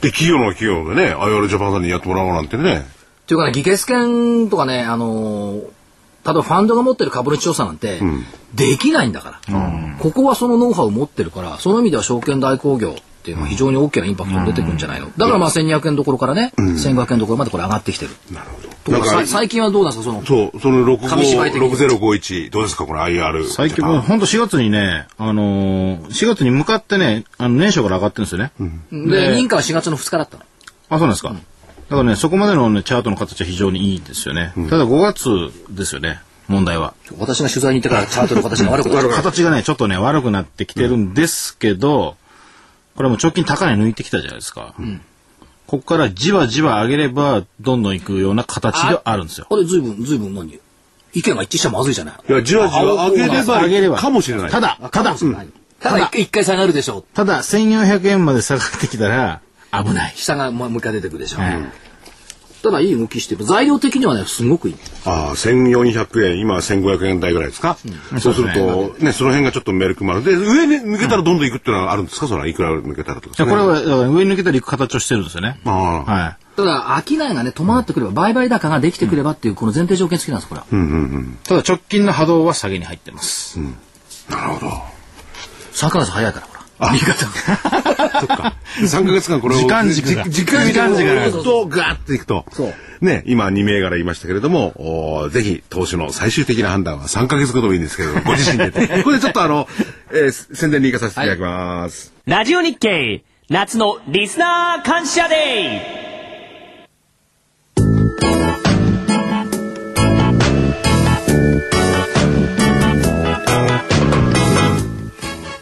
Speaker 6: で、企業の企業でね、IR ジャパンさんにやってもらおうなんてね。
Speaker 2: というかね、議決権とかね、あのー例えばファンドが持ってる株主調査なんて、できないんだから、ここはそのノウハウを持ってるから、その意味では証券代行業っていうのは非常に大きなインパクトが出てくるんじゃないの。だからまあ1200円どころからね、1500円どころまでこれ上がってきてる。
Speaker 6: なるほ
Speaker 2: と
Speaker 6: な
Speaker 2: こ
Speaker 6: ん
Speaker 2: ろがさ
Speaker 6: か、
Speaker 2: 最近はどうなんですか、その、
Speaker 6: そう、その
Speaker 2: 紙芝居
Speaker 6: 65
Speaker 2: 的に
Speaker 6: 6051、どうですか、この IR。
Speaker 5: 最近もうほんと4月にね、あのー、4月に向かってね、あの、年初から上がってるんですよね。
Speaker 2: で、認可は4月の2日だったの。
Speaker 5: あ、そうなんですか。だからね、そこまでのね、チャートの形は非常にいいですよね。ただ5月ですよね、問題は。
Speaker 2: 私が取材に行ってからチャートの形が悪くな る。
Speaker 5: 形がね、ちょっとね、悪くなってきてるんですけど、これも直近高値抜いてきたじゃないですか。ここからじわじわ上げれば、どんどん行くような形ではあるんですよ。
Speaker 2: これ随分、随分何意見が一致しちゃまずいじゃない。
Speaker 6: いや、じわじわ上げれば、
Speaker 5: 上げれば
Speaker 6: かもしれない。
Speaker 5: ただ、ただ、
Speaker 2: ただ一回一回下がるでしょう。
Speaker 5: ただ、1400円まで下がってきたら、危ない。
Speaker 2: 下がもうもう一回出てくるでしょう。
Speaker 5: え
Speaker 2: ただいい動きしてる。材料的にはね、すごくいい。
Speaker 6: ああ、1400円、今1500円台ぐらいですか。そうすると、ね、その辺がちょっとメルクマルで、上に抜けたらどんどん行くっていうのはあるんですかそれはいくら抜けたらとか。
Speaker 5: えこれは、だから上に抜けたり行く形をしてるんですよね。
Speaker 6: ああ
Speaker 5: はい。
Speaker 2: ただ、商いがね、伴ってくれば、売買高ができてくればっていう、この前提条件付きなんです、これは。
Speaker 5: ただ直近の波動は下げに入ってます。
Speaker 6: なるほど。
Speaker 2: 桜さん早いから、ほら。
Speaker 6: ありがとう。 そっか。3ヶ月間これを。
Speaker 5: 時間軸が
Speaker 6: じ時間軸
Speaker 5: 時間軸が
Speaker 6: をとガーッといくと。
Speaker 2: そう
Speaker 6: ね、今2銘柄言いましたけれども、おーぜひ投資の最終的な判断は3ヶ月後でもいいんですけれども、ご自身で。 これでちょっとあの、えー宣伝に行かさせていただきます。
Speaker 1: ラジオ日経夏のリスナー感謝デ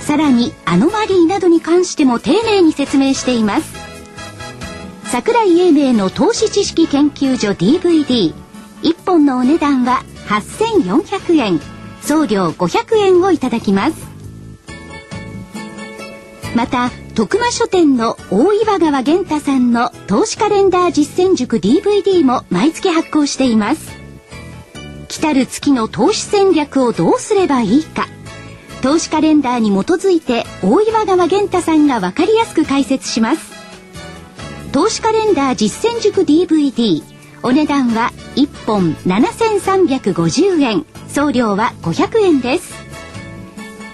Speaker 3: さらにアノマリーなどに関しても丁寧に説明しています桜井英明の投資知識研究所 DVD1 本のお値段は8400円送料500円をいただきますまた徳間書店の大岩川源太さんの投資カレンダー実践塾 DVD も毎月発行しています来たる月の投資戦略をどうすればいいか投資カレンダーに基づいて大岩川源太さんが分かりやすく解説します投資カレンダー実践塾 DVD お値段は1本7350円送料は500円です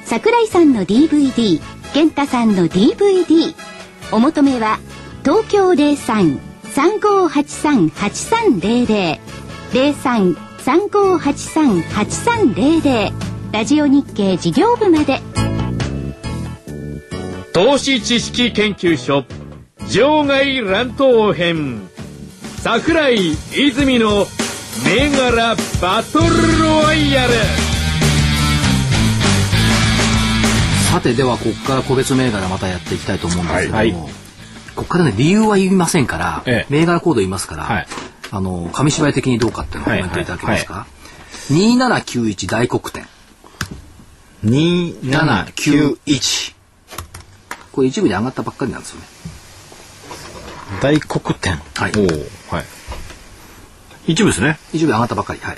Speaker 3: 桜井さんの DVD 健太さんの DVD お求めは東京03-3583-8300 03-3583-8300ラジオ日経事業部まで
Speaker 4: 投資知識研究所場外乱闘編桜井泉の銘柄バトルロワイヤル
Speaker 2: さて、では、ここから個別銘柄またやっていきたいと思うんですけども、ここからね、理由は言いませんから、
Speaker 5: ええ
Speaker 2: 銘柄コード言いますから、
Speaker 5: はい
Speaker 2: あの、紙芝居的にどうかっていうのをコメントいただけますか。2791大黒天。
Speaker 5: 2791。
Speaker 2: これ一部で上がったばっかりなんですよね。
Speaker 5: 大黒天。
Speaker 2: はい
Speaker 5: おお。はい。一部ですね。
Speaker 2: 一部で上がったばっかり。はい。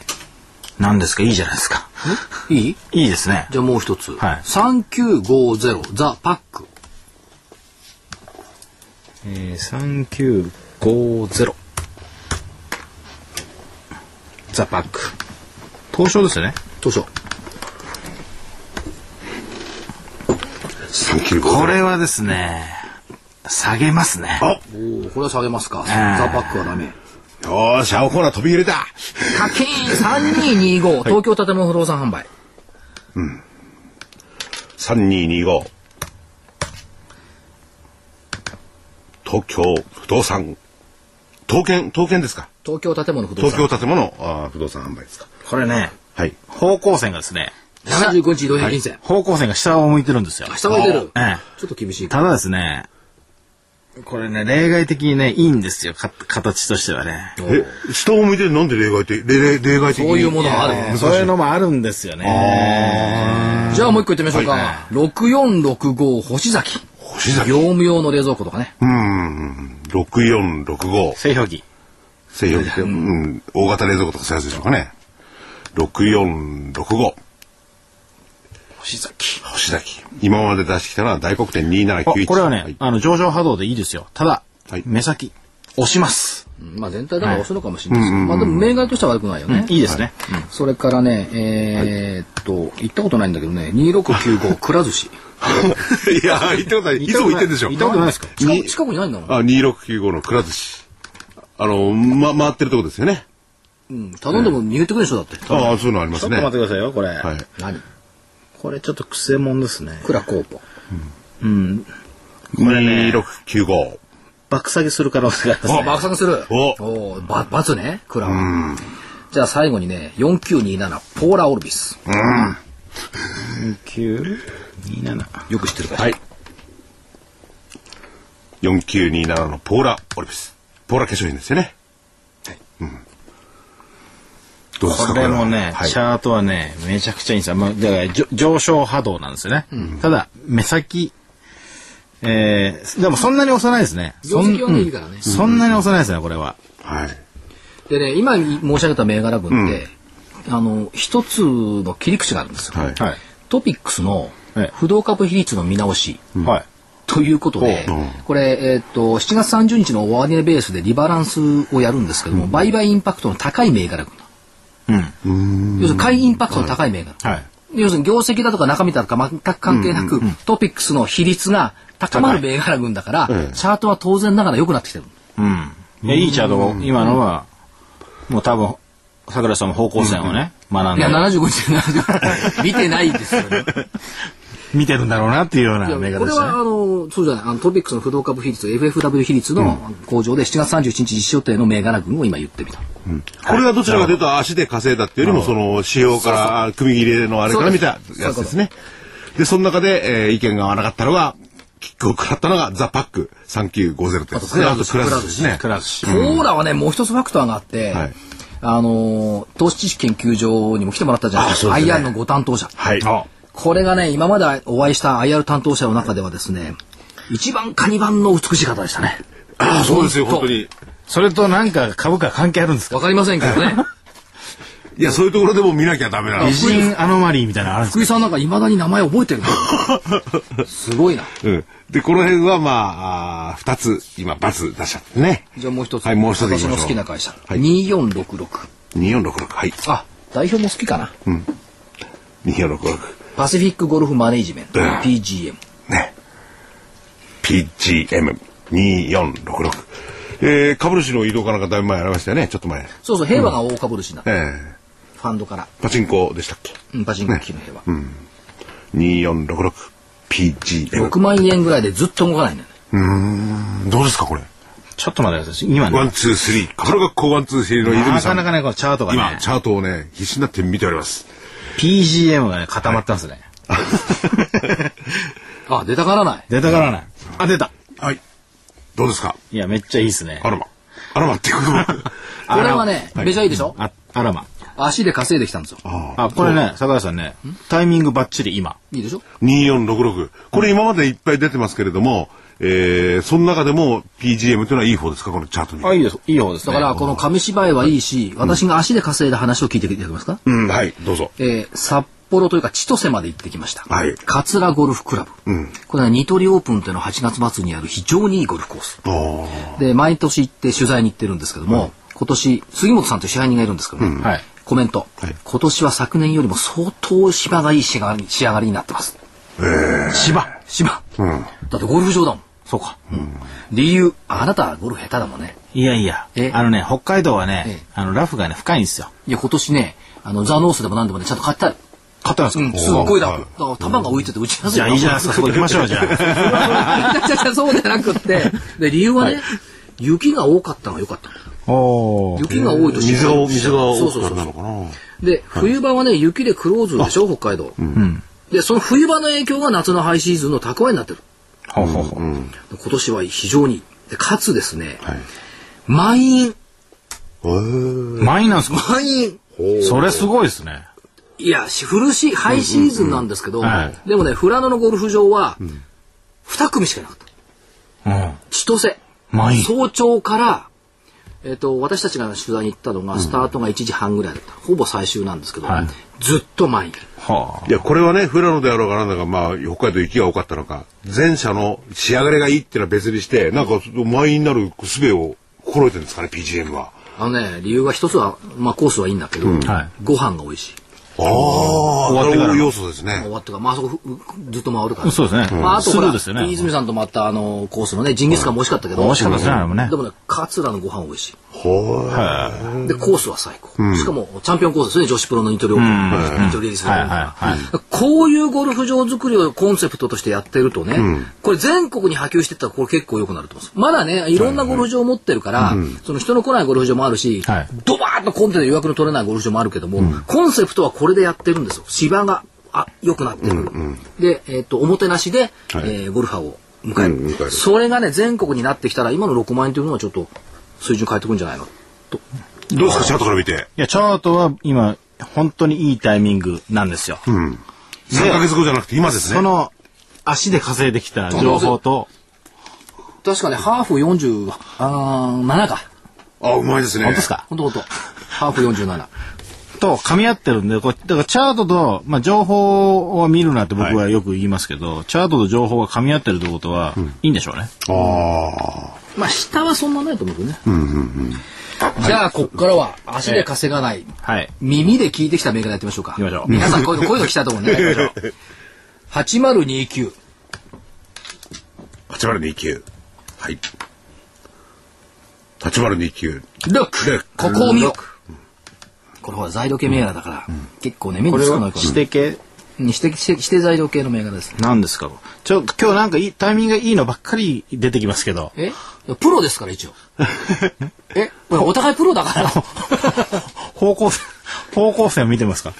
Speaker 5: なんですかいいじゃないですか。
Speaker 2: いい
Speaker 5: いいですね。
Speaker 2: じゃあもう一つ。
Speaker 5: はい
Speaker 2: 3950ザ・パック。
Speaker 5: えー、3950ザ・パック東証ですよね
Speaker 2: 図書。
Speaker 6: サンキューござ
Speaker 5: こ
Speaker 6: います
Speaker 5: れはですね下げますね
Speaker 2: おーこれは下げますか。
Speaker 5: ー
Speaker 2: ザ・パックはダメ。
Speaker 6: よーし、青コーナー飛び入れた。
Speaker 2: 課金3225、東京建物不動産販売。
Speaker 6: 3225東京不動産東建東建ですか
Speaker 2: 東京建物不動
Speaker 6: 東
Speaker 2: 産。
Speaker 6: 京建物あー不動産販売ですか
Speaker 5: これね
Speaker 6: はい
Speaker 5: 方向線がですね
Speaker 2: 75日移動平均線。
Speaker 5: 方向線が下を向いてるんですよ
Speaker 2: 下が出る。
Speaker 5: え
Speaker 2: ちょっと厳しい
Speaker 5: え。ただですねこれね例外的にねいいんですよか形としてはね
Speaker 6: え下を向いてなんで例外的例例外的に
Speaker 2: そういうものがある
Speaker 5: ええそういうのもあるんですよね
Speaker 2: じゃあもう一個言ってみましょうか。6465星崎。
Speaker 6: 星崎
Speaker 2: 業務用の冷蔵庫とかね。
Speaker 6: うーん6465
Speaker 5: 製氷機
Speaker 6: 西洋って、うん、大型冷蔵庫とかそういうやつでしょうかね6465
Speaker 5: 星崎
Speaker 6: 星崎今まで出してきたのは大黒天
Speaker 5: あこ
Speaker 6: 2791
Speaker 5: れはね、
Speaker 6: い
Speaker 5: あの上昇波動でいいですよただ、
Speaker 6: はい
Speaker 5: 目先押します
Speaker 2: うんまあ全体だから押すのかもしれないですけど。まあでも銘柄としては悪くないよね。
Speaker 5: いいですね。
Speaker 2: それからね、えーっと、行ったことないんだけどね、2695くら寿司。
Speaker 6: いや行ったことないいつも行ってんでしょ
Speaker 5: 行ったことないですか
Speaker 2: 近
Speaker 6: に
Speaker 2: く近くにないんだもん。
Speaker 6: あ、2695のくら寿司。あの、ま、回ってるとこですよね。
Speaker 2: うん頼んでも握ってくるでしょ、だって。
Speaker 6: ああ、そういうのありま
Speaker 5: ちょ
Speaker 6: す
Speaker 5: っと
Speaker 6: ね。
Speaker 5: 待ってくださいよ、これ。
Speaker 6: はい。
Speaker 2: 何
Speaker 5: これちょっとクセモンですね。
Speaker 2: クラコーポ。
Speaker 6: 2695。
Speaker 5: 爆下げする可能性があります
Speaker 2: あ、
Speaker 5: ね。
Speaker 2: 爆散する。
Speaker 6: お
Speaker 2: おーば、罰ね、クラは。じゃあ最後にね、4927ポーラオルビス。
Speaker 5: 9、2、7。
Speaker 2: よく知ってるから。
Speaker 6: はい。4927のポーラオリビス。ポーラ化粧品ですよね。どうですか
Speaker 5: これもね、
Speaker 6: はい
Speaker 5: チャートはね、めちゃくちゃいいんですよ。まあ、だからじょ上昇波動なんですよね。ただ、目先、えー、でもそんなに押さないですね。
Speaker 2: 業績はねいいからね
Speaker 5: うんそんなに押さないですね、これは。
Speaker 6: はい。
Speaker 2: でね、今申し上げた銘柄文って、あの、一つの切り口があるんですよ。
Speaker 6: はい。
Speaker 5: はい。
Speaker 2: トピックスの
Speaker 5: ええ
Speaker 2: 不動株比率の見直し。
Speaker 5: はい。
Speaker 2: ということで
Speaker 6: ほううん、
Speaker 2: これ、えーっと、7月30日の終値ベースでリバランスをやるんですけども、売買インパクトの高い銘柄群。
Speaker 5: うん。
Speaker 2: 要するに買いインパクトの高い銘柄。
Speaker 5: はい。
Speaker 2: 要するに業績だとか中身だとか全く関係なく、トピックスの比率が高まる銘柄群だから、チャートは当然ながら良くなってきてる。
Speaker 5: うん。いやいいチャート、今のは、もう多分、桜井さんも方向線をね、学ん
Speaker 2: いや、
Speaker 5: で、
Speaker 2: 75日で75 見てないですよね。
Speaker 5: 見てるんだろうなっていうような銘柄
Speaker 2: こ
Speaker 5: で
Speaker 2: れ
Speaker 5: すね
Speaker 2: は、あ。の、そうじゃない、あの、トピックスの不動株比率、FFW 比率の工場で7月31日実施予定の銘柄群を今言ってみた。
Speaker 6: これがどちらかというと足で稼いだっていうよりも、その、仕様から、組み切れのあれから見たやつですね。で、その中で、えー意見が合わなかったのが、キックを食らったのが、ザ・パック3950ってやつですね。あと、クラスですね。
Speaker 5: クラス。
Speaker 2: コーラはね、もう一つファクターがあって、
Speaker 6: はい
Speaker 2: あの、投資知識研究所にも来てもらったじゃないですか。
Speaker 6: あそうです
Speaker 2: IR
Speaker 6: ね
Speaker 2: のご担当者。
Speaker 6: はい。
Speaker 5: あ
Speaker 2: これがね、今までお会いした IR 担当者の中ではですね、一番か二番の美しい方でしたね。
Speaker 6: ああ、そうですよ、本当に。
Speaker 5: それとなんか株価関係あるんですか
Speaker 2: わかりませんけど ね。
Speaker 6: いや、そういうところでも見なきゃダメなの
Speaker 5: 美。人アノマリーみたいなのあるんですか
Speaker 2: 福井さんなんか未だに名前覚えてるのすごいな。
Speaker 6: うん。で、この辺は、まあ、あー二つ、今、バツ出しちゃってね。
Speaker 2: じゃあもう一つ。
Speaker 6: はい、もう一つ行き
Speaker 2: 私
Speaker 6: ま
Speaker 2: の
Speaker 6: しょう
Speaker 2: 好きな会社。
Speaker 6: はい
Speaker 2: 2466。
Speaker 6: 2466。はい。
Speaker 2: あ、代表も好きかな。
Speaker 6: 2466。
Speaker 2: パシフィックゴルフマネージメント、
Speaker 6: うん
Speaker 2: PGM。
Speaker 6: ね。PGM2466。えー、株主の移動かなんかだいぶ前ありましたよね。ちょっと前。
Speaker 2: そうそう、平和が大株主な、
Speaker 6: ええ
Speaker 2: ファンドから。
Speaker 6: パチンコでしたっけ
Speaker 2: うん、パチンコ機の平和。
Speaker 6: ?2466。PGM。
Speaker 2: 6万円ぐらいでずっと動かないんだよね。
Speaker 6: どうですか、これ。
Speaker 5: ちょっと待ってください。今
Speaker 6: ワン、
Speaker 5: ね、
Speaker 6: ツー、スリー。これがこう、ワン、ツー、スリーの泉
Speaker 5: な
Speaker 6: さ
Speaker 5: か
Speaker 6: ん。
Speaker 5: なかね、このチャートが
Speaker 6: 今
Speaker 5: ね、、
Speaker 6: チャートをね、必死になって見ております。
Speaker 5: PGM がね、固まったんですね。
Speaker 2: あ、出たがらない。
Speaker 5: 出たからない。あ、出た。
Speaker 6: はい。どうですか
Speaker 5: いや、めっちゃいいですね
Speaker 6: あ。らま。あらまっていうことは。
Speaker 2: これはね、めちゃいいでしょ
Speaker 5: あ、あらま。
Speaker 2: 足で稼いできたんですよ。
Speaker 5: あ、これね、坂井さんね、タイミングバッチリ今。
Speaker 2: いいでしょ
Speaker 6: 2466。これ今までいっぱい出てますけれども、えー、その中でも PGM というのはいい方ですかこのチャートに。
Speaker 5: あ、いいです。いい方です
Speaker 2: だ
Speaker 5: ね。
Speaker 2: から、この紙芝居はいいし、私が足で稼いだ話を聞いていただけますか、
Speaker 6: うん、はい、どうぞ。
Speaker 2: えー札幌というか千歳まで行ってきました。
Speaker 6: はい
Speaker 2: 桂ゴルフクラブ。これはニトリオープンというのは8月末にある非常にいいゴルフコース。
Speaker 6: おー
Speaker 2: で、毎年行って取材に行ってるんですけども、今年、杉本さんという支配人がいるんですけどね、
Speaker 5: はい
Speaker 2: コメント、
Speaker 6: い
Speaker 2: 今年は昨年よりも相当芝がいい仕上がり仕上がりになってます。
Speaker 5: 芝。
Speaker 2: 芝、だってゴルフ場だもん。
Speaker 5: そうか。
Speaker 2: 理由、あなたはゴルフ下手だもんね。
Speaker 5: いやいや
Speaker 2: え、
Speaker 5: あのね、北海道は
Speaker 2: ええ
Speaker 5: ね、あの、ラフがね、深いんですよ。
Speaker 2: いや、今年ね、あの、ザ・ノースでも何でもね、ちゃんと買ってある。
Speaker 5: 買ったんです
Speaker 2: うん、すっごい楽。だから、球が浮いてて打ちやすい。
Speaker 5: じゃあいいじゃないですか、そこ行きましょう、じゃ あ。
Speaker 2: じゃあじゃあそうじゃなくって、で、理由はね、雪が多かったのが良かったの。
Speaker 5: おー。
Speaker 2: 雪が多いと
Speaker 6: 水が、水が
Speaker 2: そ
Speaker 6: 多
Speaker 2: うそう
Speaker 6: く
Speaker 2: そう
Speaker 6: なのかな
Speaker 2: で、冬場はね、雪でクローズでしょ、北海道。で、その冬場の影響が夏のハイシーズンの蓄えになってる。
Speaker 5: ほうほうほう。
Speaker 2: で今年は非常にいい。で、かつですね、満員。
Speaker 5: マイナスか。
Speaker 2: 満員。
Speaker 5: それすごいですね。
Speaker 2: いや、しフルシ、ハイシーズンなんですけど、
Speaker 5: うんうんうんはい
Speaker 2: でもね、富良野のゴルフ場は、2組しかいなかった。
Speaker 5: うん。
Speaker 2: 千歳。
Speaker 5: 満員
Speaker 2: 早朝から、えっ、と、私たちが取材に行ったのが、スタートが1時半ぐらいだった。ほぼ最終なんですけど、
Speaker 5: はい
Speaker 2: ずっと満員。
Speaker 5: はい
Speaker 6: や、これはね、富良野であろうがなんだか、まあ、北海道雪が多かったのか、前者の仕上がりがいいっていうのは別にして、なんか、満員になる術を心得てるんですかね、PGM は。
Speaker 2: あのね、理由が一つは、まあコースはいいんだけど、
Speaker 5: はい
Speaker 2: ご飯が美味しい。
Speaker 6: ああ、
Speaker 5: 終わってからの
Speaker 6: 要素です
Speaker 2: 終
Speaker 6: ね。
Speaker 2: わってから、まああそこふずっと回るから、
Speaker 5: あ。そうですね。
Speaker 2: まあ、あと
Speaker 5: ス
Speaker 2: ほ
Speaker 5: ル
Speaker 2: ら、
Speaker 5: ーですよね。
Speaker 2: 泉さんとまたあのコースのねジンギスカンも美味しかったけど、
Speaker 5: 美味しかったですねあれもね
Speaker 2: でもね桂のご飯美味しい、
Speaker 6: ほー
Speaker 5: は
Speaker 2: でコースは最高、しかもチャンピオンコースですね女子プロのニトリオープン、ニトリです
Speaker 5: い。はいはいはい。
Speaker 2: こういうゴルフ場作りをコンセプトとしてやってるとね、これ全国に波及していったらこれ結構良くなると思います。まだね、いろんなゴルフ場を持ってるから、その人の来ないゴルフ場もあるし、
Speaker 5: はい
Speaker 2: ドバーッとコンテで予約の取れないゴルフ場もあるけども、コンセプトはこれでやってるんですよ。芝が、あ、良くなってくる。で、えっ、と、おもてなしで、えーゴルファーを迎える、
Speaker 6: うん迎える
Speaker 2: それがね、全国になってきたら、今の6万円というのはちょっと水準変えてくんじゃないのと。
Speaker 6: どうですか、チャートから見て。
Speaker 5: いや、チャートは今、本当にいいタイミングなんですよ。
Speaker 6: うん。3ヶ月後じゃなくて今ですね。
Speaker 5: その、足で稼いできた情報と、
Speaker 2: 確かね、ハーフ47か。
Speaker 6: あ、うまいですね。
Speaker 5: 本当で すか
Speaker 2: ほんとほんと。ハーフ47。
Speaker 5: と噛み合ってるんで、こうだからチャートと、まあ、情報を見るなって僕はよく言いますけど、チャートと情報が噛み合ってるってことは、いいんでしょうね。
Speaker 6: あ
Speaker 2: まあ、下はそんなないと思うけどね。じゃあ、こっからは、足で稼がない、
Speaker 5: はい。
Speaker 2: 耳で聞いてきた銘柄やってみましょうか。
Speaker 5: 行きましょう
Speaker 2: 皆さん、こういうの、こういうの聞きたいと思 うんでね。やりましょう8029。
Speaker 6: あ。8029。はい。8029。
Speaker 2: ルック
Speaker 6: ク
Speaker 2: ここを見ようこれほら、材料系銘柄だから、結構ね、目につかないから。
Speaker 5: 指摘系
Speaker 2: うん指摘して、して材料系の銘柄です。
Speaker 5: なんですかちょ、今日なんかいい、タイミングがいいのばっかり出てきますけ ど。
Speaker 2: えいやプロですから、 一応。えほらお互いプロだから。
Speaker 5: 方向性、方向性を見てますか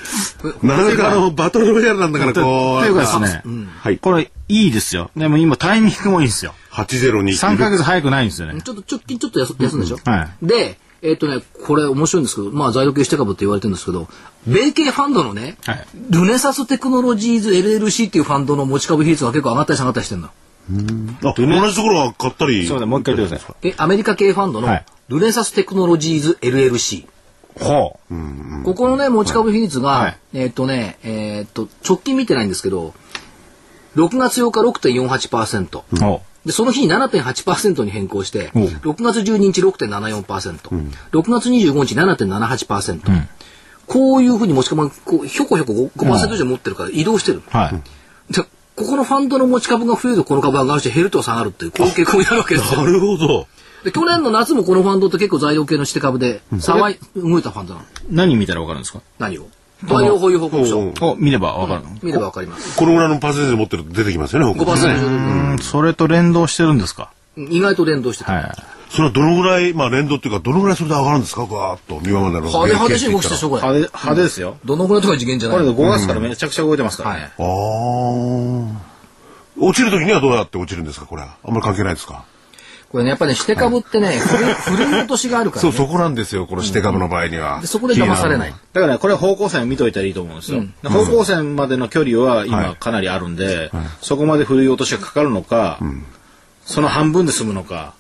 Speaker 6: なかなかあの、バトルロイヤルなんだから、こう。
Speaker 5: というかですね、
Speaker 6: はい。
Speaker 5: これいいですよ。でも今タイミングもいいですよ。
Speaker 6: 8029。
Speaker 5: 3ヶ月早くないんですよね。
Speaker 2: ちょっと直近ちょっと休休んでしょ、
Speaker 5: は
Speaker 2: で、えっ、とね、これ面白いんですけど、まあ在宅して株って言われてるんですけど、米系ファンドのね、
Speaker 5: はい
Speaker 2: ルネサステクノロジーズ LLC っていうファンドの持ち株比率が結構上がったり下がったりしてるの。
Speaker 6: あ、同じところは買ったり。
Speaker 5: そうだ、もう一回言ってくださ
Speaker 2: え、アメリカ系ファンドの
Speaker 5: はい
Speaker 2: ルネサステクノロジーズ LLC。
Speaker 5: い。ほう。
Speaker 2: ここのね、持ち株比率が、
Speaker 5: はい
Speaker 2: えっ、とね、えっ、と、直近見てないんですけど、6月8日6.48%。
Speaker 5: ほう。
Speaker 2: で、その日に7.8%に変更して、
Speaker 5: お
Speaker 2: 6月12日6.74%、6月25日7.78%、こういうふうに持ち株がこうひょこひょこ 5%, 5以上持ってるから移動してる。
Speaker 5: はい。
Speaker 2: で、ここのファンドの持ち株が増えるとこの株が上がるし、減ると下がるっていう、こういう傾向になるわけです
Speaker 6: な
Speaker 2: よ。
Speaker 6: るほど。
Speaker 2: で、去年の夏もこのファンドって結構材料系の指定株で、騒い、動いたファンドなの。
Speaker 5: 何見たらわかるんですか
Speaker 2: 何を東洋保有報告
Speaker 6: おうお
Speaker 2: 書
Speaker 6: う。
Speaker 5: を見ればわかるの
Speaker 2: 見ればわかります。
Speaker 6: このぐらいのパーセンテージ持ってると出てきますよね、北海道ね。
Speaker 2: 5%
Speaker 5: うん、それと連動してるんですか
Speaker 2: 意外と連動してた。
Speaker 5: はい。
Speaker 6: それはどのぐらい、まあ連動っていうか、どのぐらいそれで上がるんですか、ぐわーっと。今までの。
Speaker 2: 派手派手しい動きしたでしょ、これ。
Speaker 5: 派手、派手ですよ。
Speaker 2: どのぐらいとか次元じゃな
Speaker 5: こ
Speaker 2: い
Speaker 5: れで5月からめちゃくちゃ動いてますからね。
Speaker 6: あー落ちるときにはどうやって落ちるんですか、これは。あんまり関係ないですか。
Speaker 2: これね、やっぱりね、して株ってね、振る落としがあるから、ね。
Speaker 6: こなんですよ、このして株の場合には
Speaker 2: でそこで騙されない。
Speaker 5: だからねこれは方向線を見といたらいいと思うんですよ。で方向線までの距離は今かなりあるんで、そこまで振り落としがかかるのか、その半分で済むのか、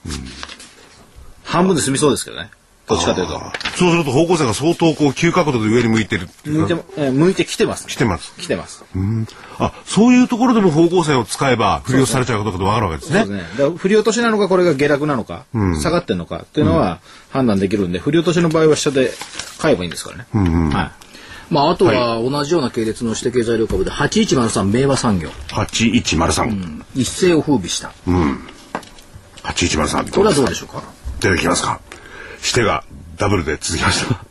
Speaker 5: 半分で済みそうですけどね。どっちかというと。
Speaker 6: そうすると方向性が相当こう急角度で上に向いてるってい
Speaker 5: 向いうて
Speaker 6: か
Speaker 5: も、えー向いてきてます、
Speaker 6: 来てます。
Speaker 5: 来てます。
Speaker 6: あ、そういうところでも方向性を使えば、振り落とされちゃうことがわかるわけです
Speaker 5: そう
Speaker 6: ね
Speaker 5: です。ね。だから振り落としなのか、これが下落なのか、下がってんのかっていうのは判断できるんで、振り落としの場合は下で買えばいいんですからね。は
Speaker 2: まあ、あとは同じような系列の指定経済量株で、8103明和産業。
Speaker 6: 8103。
Speaker 2: 一世を風靡した。
Speaker 6: 8103。
Speaker 2: これはどうでしょうか
Speaker 6: 出てきますか。してがダブルで続きました。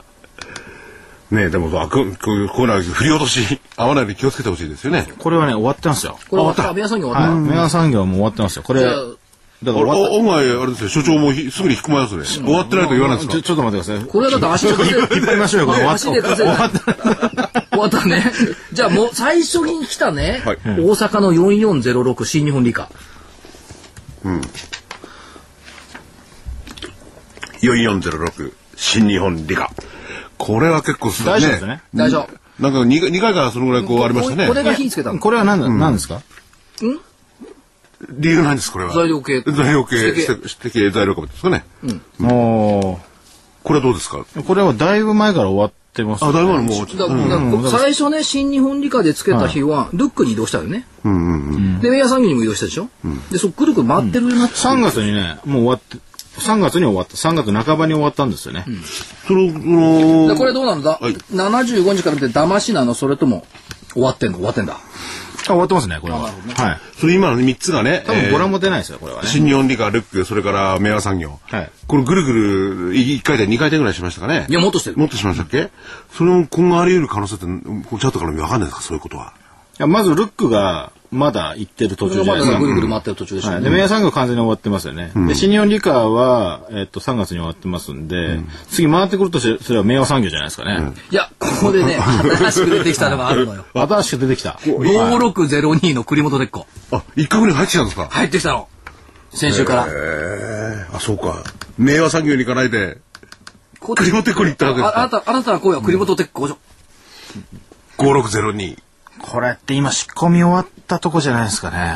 Speaker 6: ねえ、でも、あここういうこういうのは振り落とし、合わないように気をつけてほしいですよね。
Speaker 5: い。これはね、終わってますよ。
Speaker 2: これは明和産業は、
Speaker 5: はい。メガ産業はもう終わってますよ。これ、
Speaker 2: じゃ
Speaker 5: だ
Speaker 2: あ
Speaker 5: から
Speaker 6: あ
Speaker 5: 終わっ
Speaker 6: 案外、あれですよ、所長もひすぐに引っ込まれますね。終わってないと言わないです
Speaker 5: ちょ
Speaker 6: か。
Speaker 5: ちょっと待ってください。
Speaker 2: これはだって足で稼いで
Speaker 5: 引っ張りましょうよ、これ終わっ
Speaker 2: 足で稼いだ。終わったね。じゃあもう最初に来たね、
Speaker 6: はい
Speaker 2: 大阪の4406新日本理科。
Speaker 6: 4406、新日本理科。これは結構すごい
Speaker 5: 大丈夫ですね。
Speaker 2: 大丈夫。
Speaker 6: なんか 2, 二回からそのぐらいこうありましたね
Speaker 2: こ。れが火つけたの。
Speaker 5: これは何だ、何ですか
Speaker 6: 理由なんです、これは。
Speaker 2: 材料系
Speaker 6: 材料系、
Speaker 2: 指定系
Speaker 6: 指定系材料株ですかね。
Speaker 5: も
Speaker 6: これはどうですか
Speaker 5: う、これはだいぶ前から終わってます、
Speaker 6: あ、だいぶあるもう、
Speaker 2: だからだから最初ね、新日本理科でつけた日は、ルックに移動したよね。で、ウェア産業にも移動したでしょで、そっくるくる回ってるようになって
Speaker 5: 3月にね、もう終わって、3月に終わった、3月半ばに終わったんですよね。
Speaker 6: その、その
Speaker 2: でこれどうなんだ、
Speaker 6: はい
Speaker 2: ?75 日から見て騙しなのそれとも終わってんの終わってんだ。
Speaker 5: あ、終わってますね、これは。はい。
Speaker 6: それ今の3つがね、
Speaker 5: 多
Speaker 6: え
Speaker 5: 分
Speaker 6: ー
Speaker 5: ご覧も出ないですよ、これはね。
Speaker 6: 新日本理科、ルック、それから明和産業。
Speaker 5: はい
Speaker 6: これぐるぐる1回転、2回転ぐらいしましたかね。
Speaker 2: いや、もっとしてる。
Speaker 6: もっとしましたっけそれも今後あり得る可能性って、うんこうチャートから見分かんないですか、そういうことは。
Speaker 5: いやまず、ルックが、まだ行ってる途
Speaker 2: これが
Speaker 5: 中じ
Speaker 2: ま
Speaker 5: ゃないです
Speaker 2: だ
Speaker 5: か。
Speaker 2: ぐるぐる回ってる途中でしょ、
Speaker 5: はい、で、名産業完全に終わってますよね。で、新日本理科は、えっと、3月に終わってますんで、次回ってくるとしそれは名和産業じゃないですかね。
Speaker 2: いや、ここ でね、新しく出てきたのがあるのよ。
Speaker 5: 新しく出てきた。
Speaker 2: 5602の栗本鉄子。
Speaker 6: あ、1回ぐらい入ってきたんですか
Speaker 2: 入ってきたの。先週から。
Speaker 6: ええあ、そうか。明和産業に行かないで、
Speaker 2: こ
Speaker 6: 栗本テックに行ったわけです
Speaker 2: ああな
Speaker 6: か。
Speaker 2: た、あなたの声は栗本テック工場。
Speaker 6: 5602。
Speaker 5: これって今仕込み終わったとこじゃないですかね。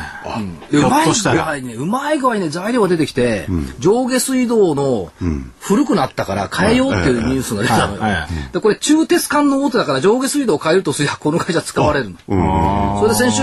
Speaker 2: で
Speaker 5: ひょ
Speaker 2: うま
Speaker 5: っ
Speaker 2: い
Speaker 5: とした
Speaker 2: 具
Speaker 5: ら
Speaker 2: 合。にね、うまい具合にね、材料が出てきて、上下水道の古くなったから変えようっていうニュースが出てたのよ
Speaker 5: はいはいはい。
Speaker 2: で、これ中鉄管の大手だから上下水道を変えるとすりゃこの会社使われるの。それで先週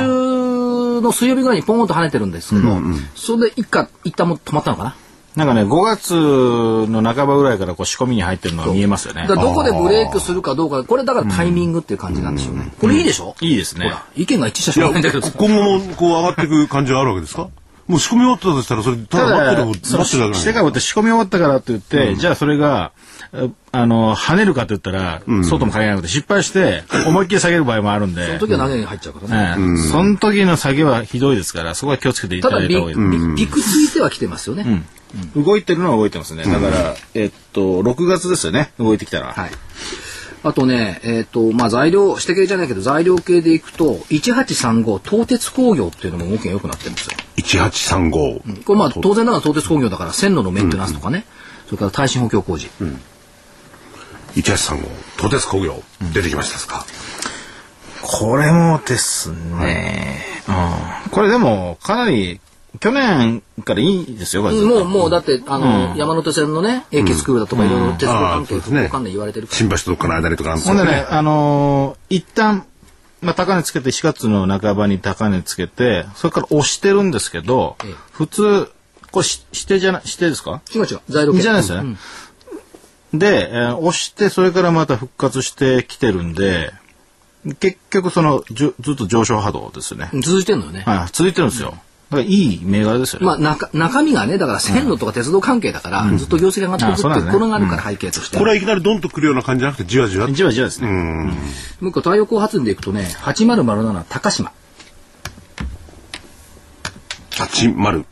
Speaker 2: の水曜日ぐらいにポンと跳ねてるんですけど、それで一回、一旦もう止まったのかな。
Speaker 5: なんかね、5月の半ばぐらいからこう仕込みに入ってるのが見えますよね
Speaker 2: だか。らどこでブレイクするかどうか、これだからタイミングっていう感じなんでしょうね。これいいでしょ
Speaker 5: いいですね
Speaker 2: ほら意見が一致した
Speaker 6: い
Speaker 2: しょ
Speaker 6: や、
Speaker 2: うがないんだけど
Speaker 6: こ。今後もこう上がっていく感じはあるわけですかもう仕込み終わったとしたら、それ、た
Speaker 5: た
Speaker 6: だ待って
Speaker 5: だ
Speaker 6: る、
Speaker 5: そ
Speaker 6: 待
Speaker 5: の
Speaker 6: ってるだけ
Speaker 5: して
Speaker 6: な
Speaker 5: か
Speaker 6: の
Speaker 5: らって仕込み終わったからって言って、じゃあそれが、ああの、跳ねるかって言ったら、外も限らなくて失敗して、思いっきり下げる場合もあるんで、
Speaker 2: 時は投げに入っちゃうからね。
Speaker 5: ええその時の下げはひどいですから、そこは気をつけてい
Speaker 2: た
Speaker 5: た
Speaker 2: だ、
Speaker 5: だい
Speaker 2: び
Speaker 5: た方がいい。
Speaker 2: びびくついては来てますよね。
Speaker 5: うん動いてるのは動いてますね。だから、えっと、6月ですよね、動いてきたら。
Speaker 2: はい。あとね、えっ、と、まあ、材料、指定系じゃないけど、材料系でいくと、1835、東鉄工業っていうのも動きが良くなってるんですよ。
Speaker 6: 1835。
Speaker 2: これまあ、当然ながら東鉄工業だから、線路のメンテナンスとかね、それから耐震補強工事。
Speaker 6: 1835。東鉄工業。出てきましたですか。
Speaker 5: これもですね、うんこれでも、かなり、去年からいいですよ、これ
Speaker 2: もう、もう、だって、あの、山手線のね、駅スクールだとか、いろいろ鉄道関係とか、関連言われてるから。
Speaker 6: 新橋とどっかの間にとかなんです
Speaker 5: ほん
Speaker 6: よ
Speaker 5: でね、あのー一旦、まあ、高値つけて、4月の半ばに高値つけて、それから押してるんですけど、
Speaker 2: ええ
Speaker 5: 普通、これし、指定じゃない、指定ですか
Speaker 2: 違う違う、材料系。
Speaker 5: じゃないですよね。で、えー押して、それからまた復活してきてるんで、結局、その、じゅずっと上昇波動ですね。
Speaker 2: うん続いてんのよね。
Speaker 5: はい、続いてるんですよ。だから、いい銘柄ですよね。
Speaker 2: まあ、中中身がね、だから線路とか鉄道関係だから、ずっと業績が上がってく
Speaker 5: あそう
Speaker 2: っ
Speaker 5: な
Speaker 2: てい
Speaker 5: ん
Speaker 2: う
Speaker 5: ですね
Speaker 2: これがあるから、背景として。
Speaker 6: これはいきなりドンとくるような感じじゃなくて、じわじわ。
Speaker 5: じわじわですね。
Speaker 2: もう一個太陽光発電でいくとね、8007高島。
Speaker 6: 8007。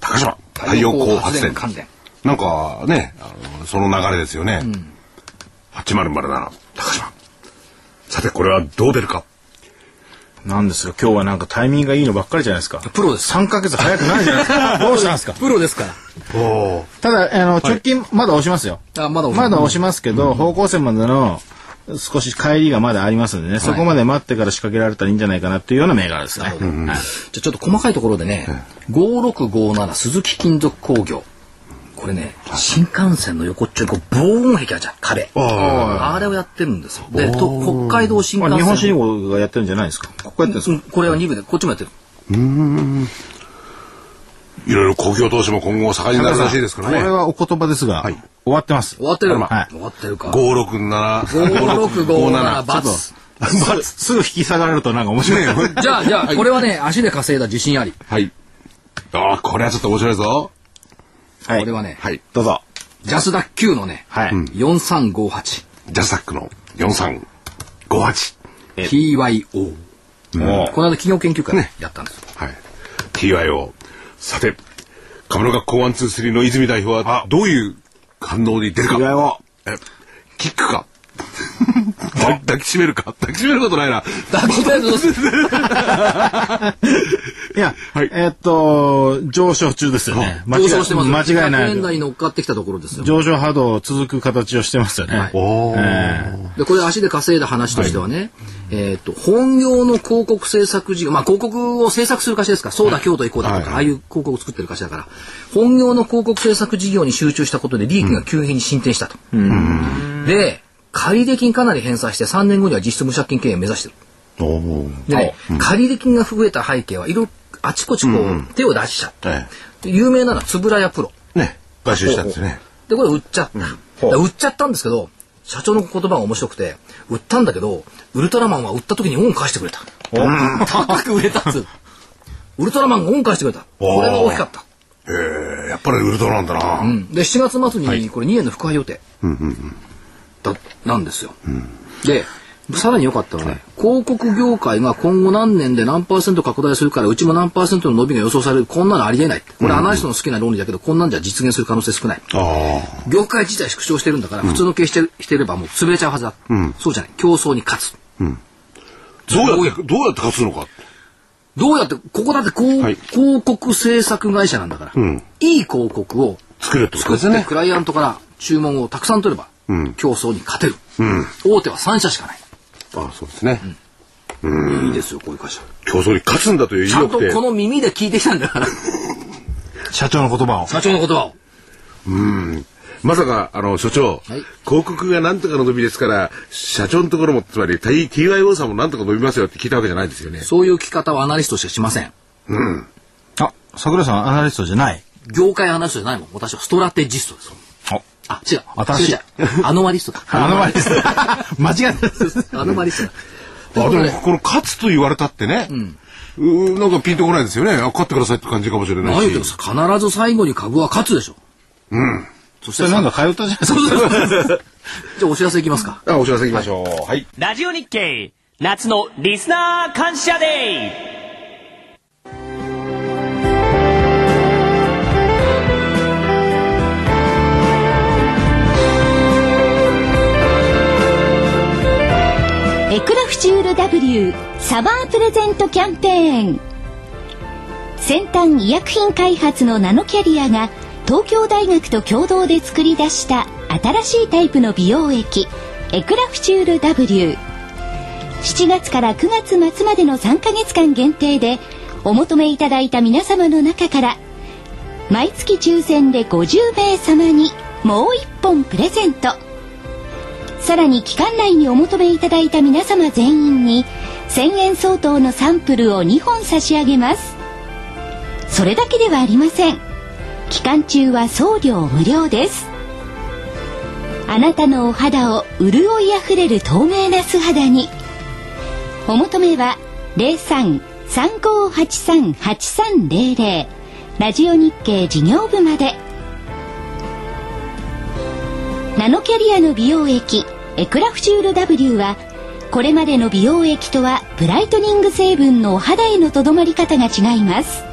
Speaker 6: 高島。太陽光発電。
Speaker 2: 関連。
Speaker 6: なんかね、あのその流れですよね。8007。高島。さて、これはどう出るか。
Speaker 5: なんですよ、今日はなんかタイミングがいいのばっかりじゃないですか。
Speaker 2: プロです。
Speaker 5: 3ヶ月早くないじゃないですか。どうしたんですか
Speaker 2: プロですから。
Speaker 6: おお。
Speaker 5: ただ、あの、直近、まだ押しますよ。
Speaker 2: あまだ
Speaker 5: まだ押しますけど、方向線までの、少し帰りがまだありますんでね、そこまで待ってから仕掛けられたらいいんじゃないかなっていうような銘柄ですね。はい
Speaker 2: じゃあちょっと細かいところでね、5657鈴木金属工業。これね、新幹線の横っちょにこう防音壁あるじゃん、壁。あれをやってるんですよ。で、と北海道新
Speaker 5: ま
Speaker 2: 幹
Speaker 5: あ、
Speaker 2: 線。
Speaker 5: 日本信号がやってるんじゃないですか。ここやってるんです
Speaker 2: うんこれは2部で、こっちもやってる。
Speaker 6: いろいろ公共投資も今後盛んになるらしいですか
Speaker 5: これ
Speaker 6: らね。
Speaker 5: はお言葉ですが、
Speaker 6: はい
Speaker 5: 終わってます。
Speaker 2: 終わってる。
Speaker 5: はい
Speaker 2: 終わってるか。
Speaker 6: 567。
Speaker 2: 5657バ
Speaker 6: バ
Speaker 2: ツ。
Speaker 5: すぐすぐ引き下がれるとなんか面白いよ。
Speaker 2: じゃあ、じゃあ、これはね、足で稼いだ自信あり。
Speaker 6: はい。ああ、これはちょっと面白いぞ。
Speaker 5: は
Speaker 2: これはね
Speaker 5: はい。どうぞ。
Speaker 2: ジャスダック級のね、
Speaker 5: はい。
Speaker 2: 4358、
Speaker 6: ジャスタックの4358。
Speaker 2: TYO。
Speaker 5: も
Speaker 2: この間企業研究会やったんですよ。
Speaker 6: はい。TIO。さて、亀の学校123の泉代表はどういう反応に出るか。
Speaker 5: TIO
Speaker 6: えキックか。抱抱きしめるか。抱きしめることないな。
Speaker 2: 抱きしめるぞ
Speaker 5: ういや、
Speaker 6: はい
Speaker 5: えーっと、上昇中ですよね。間違い
Speaker 2: 上昇してますよ。
Speaker 5: 間違いな
Speaker 2: 100円
Speaker 5: い。
Speaker 2: 台に乗っかってきたところですよ。
Speaker 5: 上昇波動続く形をしてますよね。
Speaker 2: はい
Speaker 6: おお。
Speaker 2: で、これ足で稼いだ話としてはね、えっと、本業の広告制作事業、まあ広告を制作する会社ですから、そうだ、京都行こうだとか、ああいう広告を作ってる会社だから、本業の広告制作事業に集中したことで利益が急激に進展したと。で、借入金かなり返済して3年後には実質無借金経営を目指してる。でね、借入金が増えた背景はいろ、あちこちこう手を出しちゃった。
Speaker 6: え
Speaker 2: で有名なのは円谷プロ。
Speaker 6: えね、買収したんですね。
Speaker 2: で、これ売っちゃった。
Speaker 5: ほう
Speaker 2: で売っちゃったんですけど、社長の言葉が面白くて、売ったんだけど、ウルトラマンは売った時に恩返してくれた。高く売れたっつう。ウルトラマンが恩返してくれた。これが大きかった。
Speaker 6: ええやっぱりウルトラなんだな。
Speaker 2: うんで、7月末にこれ2円の副配予定。だ、なんですよ。で、さらに良かったのはね、広告業界が今後何年で何パーセント拡大するから、うちも何パーセントの伸びが予想される。こんなのありえない。これアナリストの好きな論理だけど、こんなんじゃ実現する可能性少ない。
Speaker 6: あ
Speaker 2: 業界自体縮小してるんだから、普通の経営してるしてればもう潰れちゃうはずだ、そうじゃない競争に勝つ
Speaker 6: あ。どうやって、どうやって勝つのか。
Speaker 2: どうやってここだって広,、
Speaker 6: はい
Speaker 2: 告制作会社なんだから、いい広告を
Speaker 6: 作るってこと
Speaker 2: 作
Speaker 6: で
Speaker 2: っ
Speaker 6: す
Speaker 2: て
Speaker 6: ね。
Speaker 2: クライアントから注文をたくさん取れば、
Speaker 6: うん
Speaker 2: 競争に勝てる、
Speaker 6: ん
Speaker 2: 大手は3社しかない
Speaker 6: あそうですね。
Speaker 2: いいですよこういう会社
Speaker 6: 競争に勝つんだという意
Speaker 2: ちゃん
Speaker 6: 欲
Speaker 2: と
Speaker 6: で。
Speaker 2: この耳で聞いてきたんだから
Speaker 5: 社長の言葉を。
Speaker 2: 社長の言葉を
Speaker 6: まさか、あの、所長、
Speaker 2: はい
Speaker 6: 広告がなんとかの伸びですから、社長のところも、つまり T- TYO さんもなんとか伸びますよって聞いたわけじゃないですよね。
Speaker 2: そういう聞き方はアナリストしかしません
Speaker 5: あ、桜井さんアナリストじゃない。
Speaker 2: 業界アナリストじゃないもん私はストラテジストです
Speaker 5: あ、
Speaker 2: あ違う
Speaker 5: 私
Speaker 2: 違う違うアノマリストだ
Speaker 5: アノマリスト。 間違ってる。
Speaker 2: アノマリストだ
Speaker 6: あ、
Speaker 2: という
Speaker 6: で
Speaker 2: こと
Speaker 6: も、
Speaker 2: で
Speaker 6: この勝つと言われたってね、うん、なんかピンとこないですよね。あ勝ってくださいって感じかもしれな
Speaker 2: 何
Speaker 6: いし。
Speaker 2: 言ってもさ必ず最後に株は勝つでしょうん そし
Speaker 5: そ
Speaker 2: て
Speaker 5: れなん
Speaker 2: じ
Speaker 5: か
Speaker 2: ゃ
Speaker 5: 通ったじゃないですか。
Speaker 2: あお知らせいきますか
Speaker 6: あ、お知らせいきましょう。はい。
Speaker 1: ラジオ日経夏のリスナー感謝デー
Speaker 3: エクラフチュール W サマープレゼントキャンペーン先端医薬品開発のナノキャリアが東京大学と共同で作り出した新しいタイプの美容液エクラフチュール W 7月から9月末までの3ヶ月間限定でお求めいただいた皆様の中から毎月抽選で50名様にもう1本プレゼントさらに期間内にお求めいただいた皆様全員に1000円相当のサンプルを2本差し上げますそれだけではありません期間中は送料無料ですあなたのお肌を潤いあふれる透明な素肌にお求めは03-3583-8300ラジオ日経事業部までナノキャリアの美容液エクラフチュール W はこれまでの美容液とはブライトニング成分のお肌へのとどまり方が違います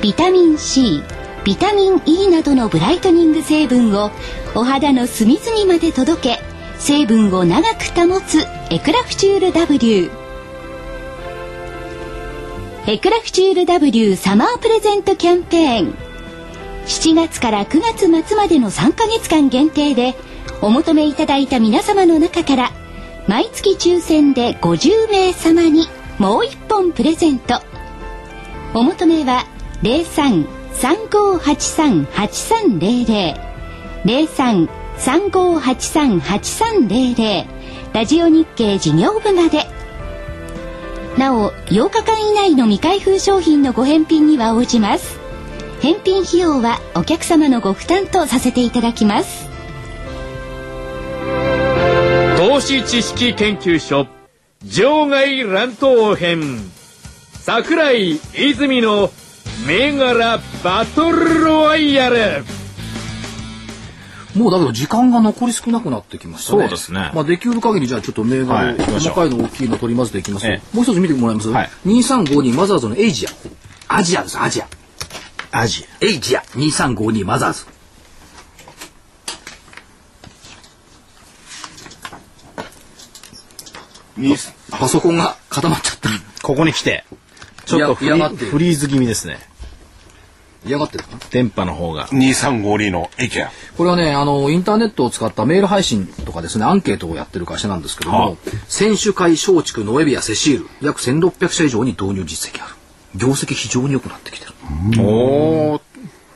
Speaker 3: ビタミン C ビタミン E などのブライトニング成分をお肌の隅々まで届け成分を長く保つエクラフチュール W エクラフチュール W サマープレゼントキャンペーン7月から9月末までの3ヶ月間限定でお求めいただいた皆様の中から毎月抽選で50名様にもう1本プレゼントお求めは03-3583-8300 03-3583-8300ラジオ日経事業部までなお8日間以内の未開封商品のご返品には応じます返品費用はお客様のご負担とさせていただきます
Speaker 4: 投資知識研究所場外乱闘編桜井泉の銘柄バトルロワイヤル
Speaker 2: もうだけど時間が残り少なくなってきましたね。
Speaker 5: そうですね
Speaker 2: まあできる限りじゃあちょっと銘柄を
Speaker 5: はい行きましょ
Speaker 2: 細
Speaker 5: う
Speaker 2: かいの大きいの取りますでいきますよ、
Speaker 5: え
Speaker 2: もう一つ見てもらいます。
Speaker 5: はい
Speaker 2: 2352マザーズのエイジア。アジアです、アジア。
Speaker 5: アジ
Speaker 2: エイジア2352マザーズ。
Speaker 6: に
Speaker 2: パソコンが固まっちゃった。
Speaker 5: ア。ここに来て、ちょっとフリ
Speaker 2: いや嫌がってる
Speaker 5: フリーズ気味ですね。
Speaker 2: 嫌がってるかな
Speaker 5: 電波の方が。
Speaker 6: 2352の駅や。
Speaker 2: これはね、あの、インターネットを使ったメール配信とかですね、アンケートをやってる会社なんですけども、選手会、松竹、ノエビア、セシール、約1600社以上に導入実績がある。業績非常に良くなってきてる。
Speaker 5: おー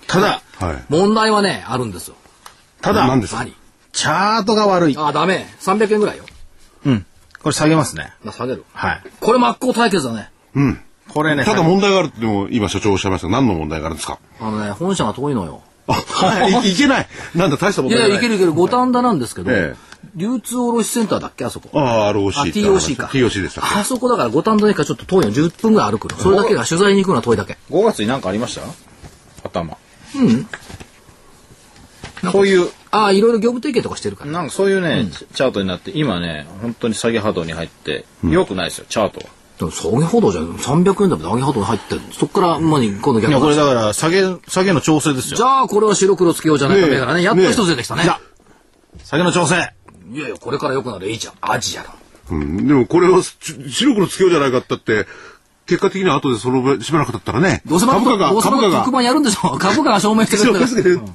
Speaker 5: ただ、
Speaker 6: はい。
Speaker 2: 問題はね、あるんですよ。
Speaker 5: た
Speaker 6: 何
Speaker 5: だ
Speaker 6: で、すか
Speaker 2: 何
Speaker 5: チャートが悪い。
Speaker 2: あ、ダメ。300円ぐらいよ。
Speaker 5: うん。これ下げますね。
Speaker 2: な下げる。
Speaker 5: はい。
Speaker 2: これ真っ向対決だね。
Speaker 6: うん。
Speaker 5: これね、
Speaker 6: ただ問題があるっても今所長おっしゃいましたが何の問題があるんですか
Speaker 2: あのね、本社が遠いのよ。
Speaker 6: あ、はい、いけない。なんだ、大した問
Speaker 2: いや
Speaker 6: 題
Speaker 2: い
Speaker 6: じ
Speaker 2: や、
Speaker 6: ゃない
Speaker 2: いけるいける。五反田なんですけど、
Speaker 6: ええ
Speaker 2: 流通卸センターだっけあそこ。
Speaker 6: ああ、ROC
Speaker 2: あ、
Speaker 6: って話
Speaker 2: TOC か。
Speaker 6: TOC でしたっけ
Speaker 2: あそこだから五反田駅からちょっと遠いの。10分ぐらい歩くの。それだけが取材に行くのは遠いだけ。
Speaker 5: 5月に何かありました頭。うん。そういう、
Speaker 2: ああ、いろいろ業務提携とかしてるから。
Speaker 5: なんかそういうね、チャートになって、今ね、本当に下げ波動に入って、良くないですよ、チャートは。
Speaker 2: でも、下げ波動じゃん。300円だもん上げ波動に入ってる。そっから、まあ、今度逆
Speaker 5: いや、これ
Speaker 2: に。
Speaker 5: だから、下げ、下げの調整です
Speaker 2: じ
Speaker 5: よ。
Speaker 2: ゃあ、これは白黒つけようじゃないか
Speaker 6: ねえ
Speaker 2: 銘柄ね。やっと一つ出てきたね。
Speaker 5: 下げの調整
Speaker 2: いやいや、これから良くなる。いいじゃん。アジアだ。
Speaker 6: うん。でもこれをち白黒つけようじゃないかったって、結果的には後でその場しばらくだったらね、
Speaker 2: どうせまた、
Speaker 6: 株価が、
Speaker 2: どうせま
Speaker 6: 株
Speaker 2: た
Speaker 6: 価
Speaker 2: 特
Speaker 6: が、
Speaker 2: 番やるんでしょ。株価が証明してくれるんだから。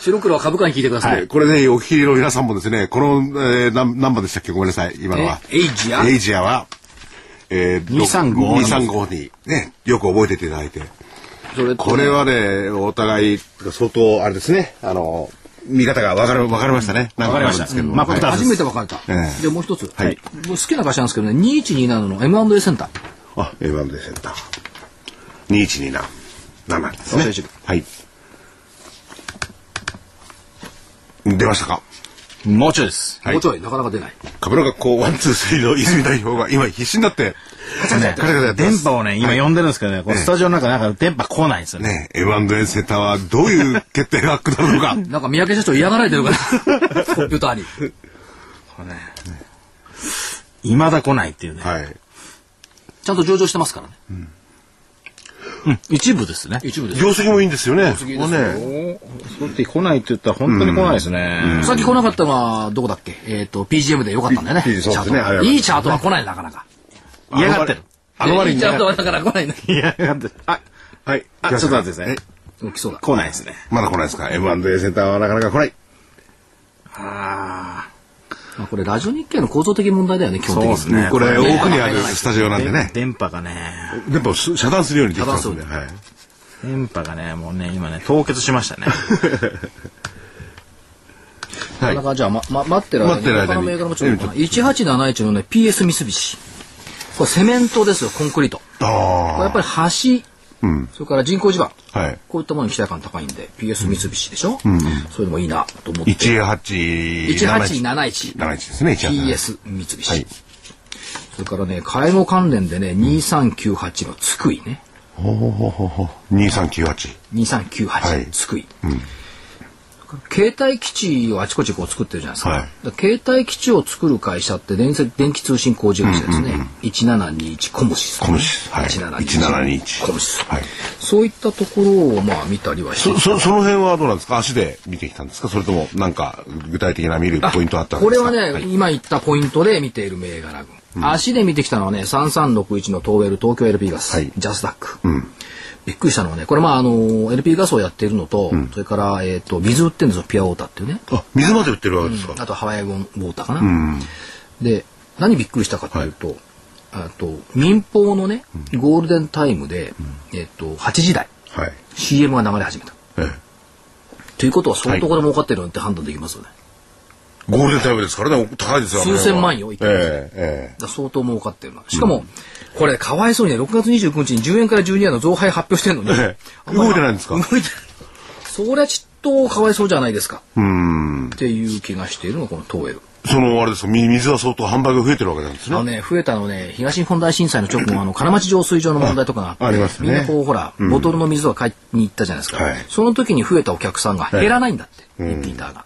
Speaker 2: 白黒は株価に聞いてくださ
Speaker 6: はいい。。これね、お聞きの皆さんもですね、この、えー、なん何番でしたっけごめんなさい、今のは。
Speaker 2: えエイジア
Speaker 6: エイジアは、えー、
Speaker 5: 235
Speaker 6: 235に、ね、よく覚えてていただいて。
Speaker 2: それと
Speaker 6: これはね、お互い、相当、あれですね、あの、見方が分かれ、分かれましたね。分
Speaker 5: かれましたうんマップター
Speaker 2: 初めて分かれた。
Speaker 6: ええ
Speaker 2: で、もう一つ。
Speaker 6: はい
Speaker 2: 僕好きな会社なんですけどね、2127の M&A センター。
Speaker 6: あ、M&A センター。2127。7です
Speaker 2: 忘
Speaker 6: ね
Speaker 2: れてる。
Speaker 6: はい。出ましたか
Speaker 5: もうちょいです。
Speaker 6: はい
Speaker 2: もうちょい、なかなか出ない。
Speaker 6: 株の学校ワンツースリーの泉代表が今必死になって、
Speaker 5: ね
Speaker 6: カチャカチャやってま
Speaker 5: 電
Speaker 6: す
Speaker 5: 波をね、今呼んでるんですけどね、このスタジオの中、なんか電波来ないんですよね。
Speaker 6: ね、M&A センターはどういう決定が下るのか。
Speaker 2: なんか三宅社長嫌がられてるから、コンピューターに。
Speaker 5: いまだ来ないっていうね。
Speaker 6: はい。
Speaker 2: ちゃんと上場してますからね。
Speaker 5: 一部ですね。
Speaker 2: 一部です。
Speaker 6: 業績もいいんですよね。ここね。
Speaker 5: そうって来ないって言ったら本当に来ないですね。
Speaker 2: さっき来なかったのは、どこだっけえっと、PGM でよかったんだよね。
Speaker 6: P- そうです
Speaker 2: チャー
Speaker 6: ね
Speaker 2: ト
Speaker 6: はい
Speaker 2: いいチャートは来ない、なかなか。
Speaker 5: 嫌がってる。
Speaker 6: あの割
Speaker 2: いい
Speaker 6: に
Speaker 2: チ
Speaker 6: ね
Speaker 2: ャートはだから来ないね。
Speaker 5: 嫌がってる。あ、
Speaker 6: はい。
Speaker 5: あちょっと待ってください
Speaker 6: え
Speaker 2: 来そうだ。
Speaker 5: 来ないですね。
Speaker 6: まだ来ないですか ?M&A センターはなかなか来ない。
Speaker 5: あ
Speaker 2: まあこれ、ラジオ日経の構造的問題だよね、基本
Speaker 5: そう
Speaker 2: 的に。
Speaker 5: ですね。
Speaker 6: これ、
Speaker 5: ね
Speaker 6: 奥にあるスタジオなんで
Speaker 5: で
Speaker 6: ね。
Speaker 5: 電波がね、
Speaker 6: 電波をす遮断するようにできてますんで。
Speaker 2: 遮
Speaker 6: はい。
Speaker 5: 電波がね、もうね、今ね、凍結しましたね。
Speaker 2: なかなかじゃあ、ま、ま、待ってる間に、
Speaker 6: 待ってる間に
Speaker 2: 他の銘柄もちょっとかな。1871のね、PS 三菱。これ、セメントですよ、コンクリート。これやっ
Speaker 6: あ
Speaker 2: ぱり橋、
Speaker 6: うん
Speaker 2: それから人工地盤。
Speaker 6: あ。はい。
Speaker 2: こういったものに期待感高いんで、PS 三菱でしょ、そういうのもいいなと思って。
Speaker 6: 1871。
Speaker 2: 1871。
Speaker 6: 71ですね、1871。
Speaker 2: PS 三菱。
Speaker 6: はい
Speaker 2: それからね、介護関連でね、2398の津久井ね。
Speaker 6: ほうほうほうほうほう。2398。
Speaker 2: 2398、
Speaker 6: はい
Speaker 2: 津久井。携帯基地をあちこちこう作ってるじゃないですか,、
Speaker 6: はい
Speaker 2: だから携帯基地を作る会社って電電気通信工事会社ですね、1721コモシス、
Speaker 6: コムシスはい
Speaker 2: 1721
Speaker 6: 1721
Speaker 2: コモシス、
Speaker 6: はい
Speaker 2: そういったところをまあ見たりはして
Speaker 6: そ、そ、その辺はどうなんですか足で見てきたんですかそれとも、なんか、具体的な見るポイントあったんです
Speaker 2: こ
Speaker 6: か
Speaker 2: れはね、今言ったポイントで見ている銘柄群、足で見てきたのはね3361の東ウェル東京 LP ガス、
Speaker 6: はい
Speaker 2: ジャスダック、びっくりしたのはねこれまああの LP ガスをやっているのと、それから、えー、と水売ってるんですよピアウォーターっていうね
Speaker 6: あ、水まで売ってるわけですか、
Speaker 2: あとハワイ語ウォーターかな、で何びっくりしたかというと,、あと民放のねゴールデンタイムで、えっと8時台
Speaker 6: はい。
Speaker 2: CM が流れ始めた
Speaker 6: ええ
Speaker 2: ということは相当これ儲かってるって判断できますよね、
Speaker 6: ゴールデンタイムですからね、高いですよね。
Speaker 2: 数千万よ
Speaker 6: え
Speaker 2: 一
Speaker 6: え
Speaker 2: 回
Speaker 6: ええ
Speaker 2: だから相当儲かってるなしかも、これかわいそうにね6月29日に10円から12円の増配発表してるのに、
Speaker 6: ええ
Speaker 2: あんまり
Speaker 6: 動いてないんですか
Speaker 2: 動いてないそりゃちっとかわいそうじゃないですか
Speaker 6: うーん。
Speaker 2: っていう気がしているのがこの東映
Speaker 6: その、あれですか、み水は相当販売が増えてるわけなんです
Speaker 2: あの
Speaker 6: ね。
Speaker 2: ね、増えたのね、東日本大震災の 直後、あの、金町浄水場の問題とかがあって、
Speaker 6: あありますね
Speaker 2: みんなこう、ほら、ボトルの水を買いに行ったじゃないですか。
Speaker 6: はい
Speaker 2: その時に増えたお客さんが減らないんだって、リピーターが。